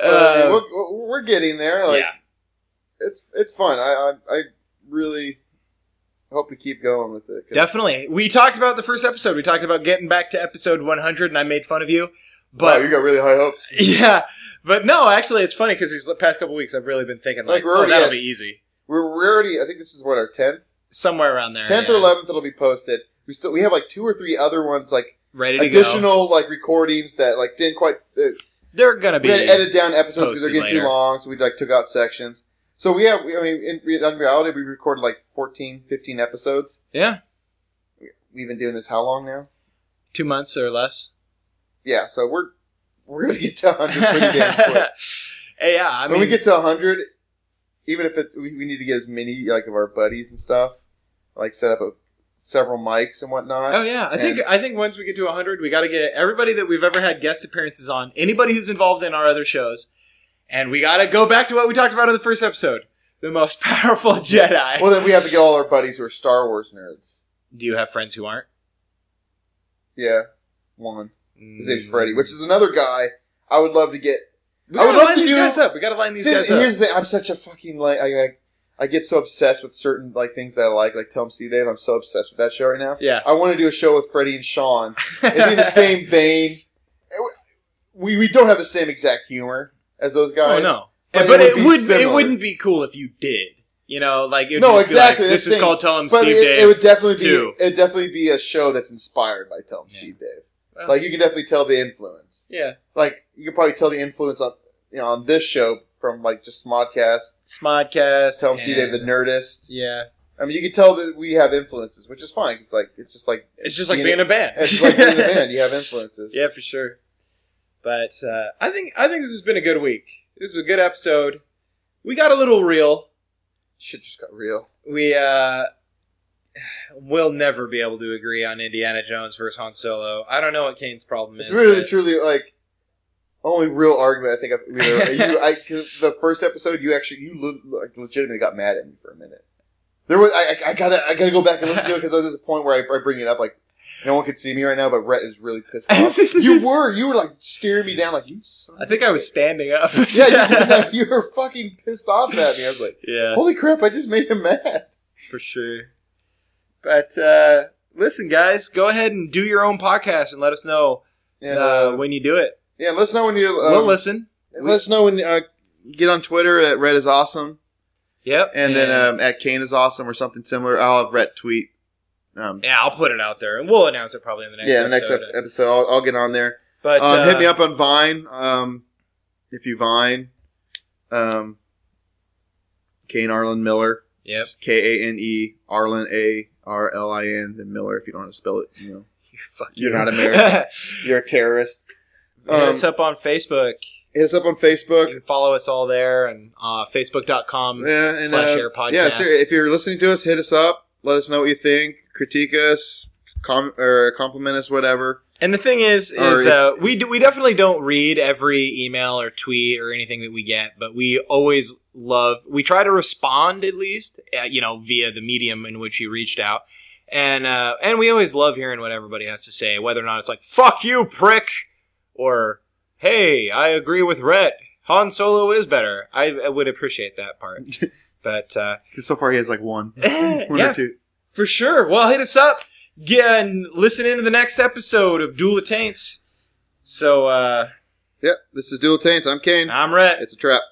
I mean,
Uh,
we're, we're getting there. Like,
yeah.
it's it's fun. I, I I really hope we keep going with it. 'cause-
Definitely. We talked about the first episode. We talked about getting back to episode 100, and I made fun of you.
Wow,
But
you got really high hopes.
yeah, but no, actually, it's funny because these past couple weeks I've really been thinking
Like,
like,
we're
oh,
already
that'll
at-
be easy.
We're, we're already. I think this is what our tenth,
Somewhere around there.
tenth or
yeah.
eleventh. It'll be posted. We still we have like two or three other ones like
Ready to go.
additional like recordings that like didn't quite. Uh,
They're gonna
we
be.
had to edit down episodes because they're
posted
getting too
later.
long, so we like took out sections. So we have. We, I mean, in, re- in reality, we recorded like 14, 15 episodes.
Yeah,
We've been doing this how long now?
two months or less.
Yeah. So we're we're gonna get to hundred pretty damn quick.
Hey, yeah, I mean,
when we get to 100 even if it's we, we need to get as many like of our buddies and stuff like set up a, several mics and whatnot
Oh yeah, I think
And-
I think once we get to 100, we got to get everybody that we've ever had guest appearances on, anybody who's involved in our other shows, and we got to go back to what we talked about in the first episode: the most powerful Jedi.
well then we have to get all our buddies who are star wars nerds
Do you have friends who aren't?
yeah one his
Mm.
name's freddy which is another guy i would love to get
we
I
gotta
would love
line
to
these
do-
guys up. We got to line these
See,
guys up.
here's the thing i'm such a fucking like I, I, I get so obsessed with certain like things that i like like tell them see dave i'm so obsessed with that show right now
Yeah,
i want to do a show with freddy and sean it'd be in the same vein we, we don't have the same exact humor as those guys
Oh no,
but
but,
it would
it,
be
would it
similar.
wouldn't be cool if you did. You know, like it would
No,
just be
exactly,
Like,
that's
this
the
is
thing.
called Tell Him
But
Steve
it,
Dave.
it would definitely be
too.
it would definitely be a show that's inspired by Tell 'em
Yeah.
Steve Dave.
Well.
like you can definitely tell the influence.
yeah,
Like you could probably tell the influence on you know on this show from like just Smodcast,
Smodcast.
Tell 'em Steve Dave,
and-
the Nerdist.
Yeah,
I mean, you can tell that we have influences, which is fine. It's like it's just like
it's just like being a band.
it's like being a band. You have influences.
Yeah, for sure. But uh, I think I think this has been a good week. This was a good episode. We got a little real.
Shit just got real.
We uh, will never be able to agree on Indiana Jones versus Han Solo. I don't know what Kane's problem
It's
is.
really
but-
truly like only real argument I think I've. we were- you, I, 'cause the first episode, you actually you le- like legitimately got mad at me for a minute. There was I, I- I gotta I gotta go back and listen to it because there's a point where I, I bring it up like no one could see me right now, but Rhett is really pissed off. you were you were like staring me down like you. Son
I
of
think
a
I was
bitch."
standing up.
yeah, you, you were fucking pissed off at me. I was like,
yeah,
holy crap, I just made him mad.
for sure. But uh, listen, guys, go ahead and do your own podcast and let us know
And
uh,
uh,
when you do it.
yeah, let us know when you. Um,
we'll listen.
Let us know when uh, get on Twitter at Red is awesome.
Yep.
And then um, at Kane is awesome or something similar. I'll have Rhett tweet. Um,
yeah, I'll put it out there, and we'll announce it probably in the next.
yeah,
episode.
the next ep- episode, I'll, I'll get on there.
But
um,
uh,
hit me up on Vine um, if you Vine. Um, Kane Arlen Miller.
Yep.
K A N E Arlen A R L I N then Miller. If you don't know how to spell it, you know
You fuck
You're
you.
not American. you're a terrorist.
Hit us
Um,
up on Facebook.
Hit us up on
You
Facebook.
can follow us all there and uh, facebook.com
Yeah, and,
slash
uh,
air podcast.
Yeah, seriously, if you're listening to us, hit us up. Let us know what you think. Critique us, com- or compliment us, whatever.
And the thing is, is
Or if-
uh, we do, we definitely don't read every email or tweet or anything that we get, but we always love. We try to respond at least, uh, you know, via the medium in which you reached out, and uh, and we always love hearing what everybody has to say, whether or not it's like "fuck you, prick," or "hey, I agree with Rhett. Han Solo is better." I, I would appreciate that part, but uh,
'Cause So far, he has like one, one
Yeah.
or two.
for sure. Well, hit us up. Get and listen into the next episode of Duel of Taints. So uh
Yep. This is Dual Taints. I'm Kane.
I'm Rhett.
It's a trap.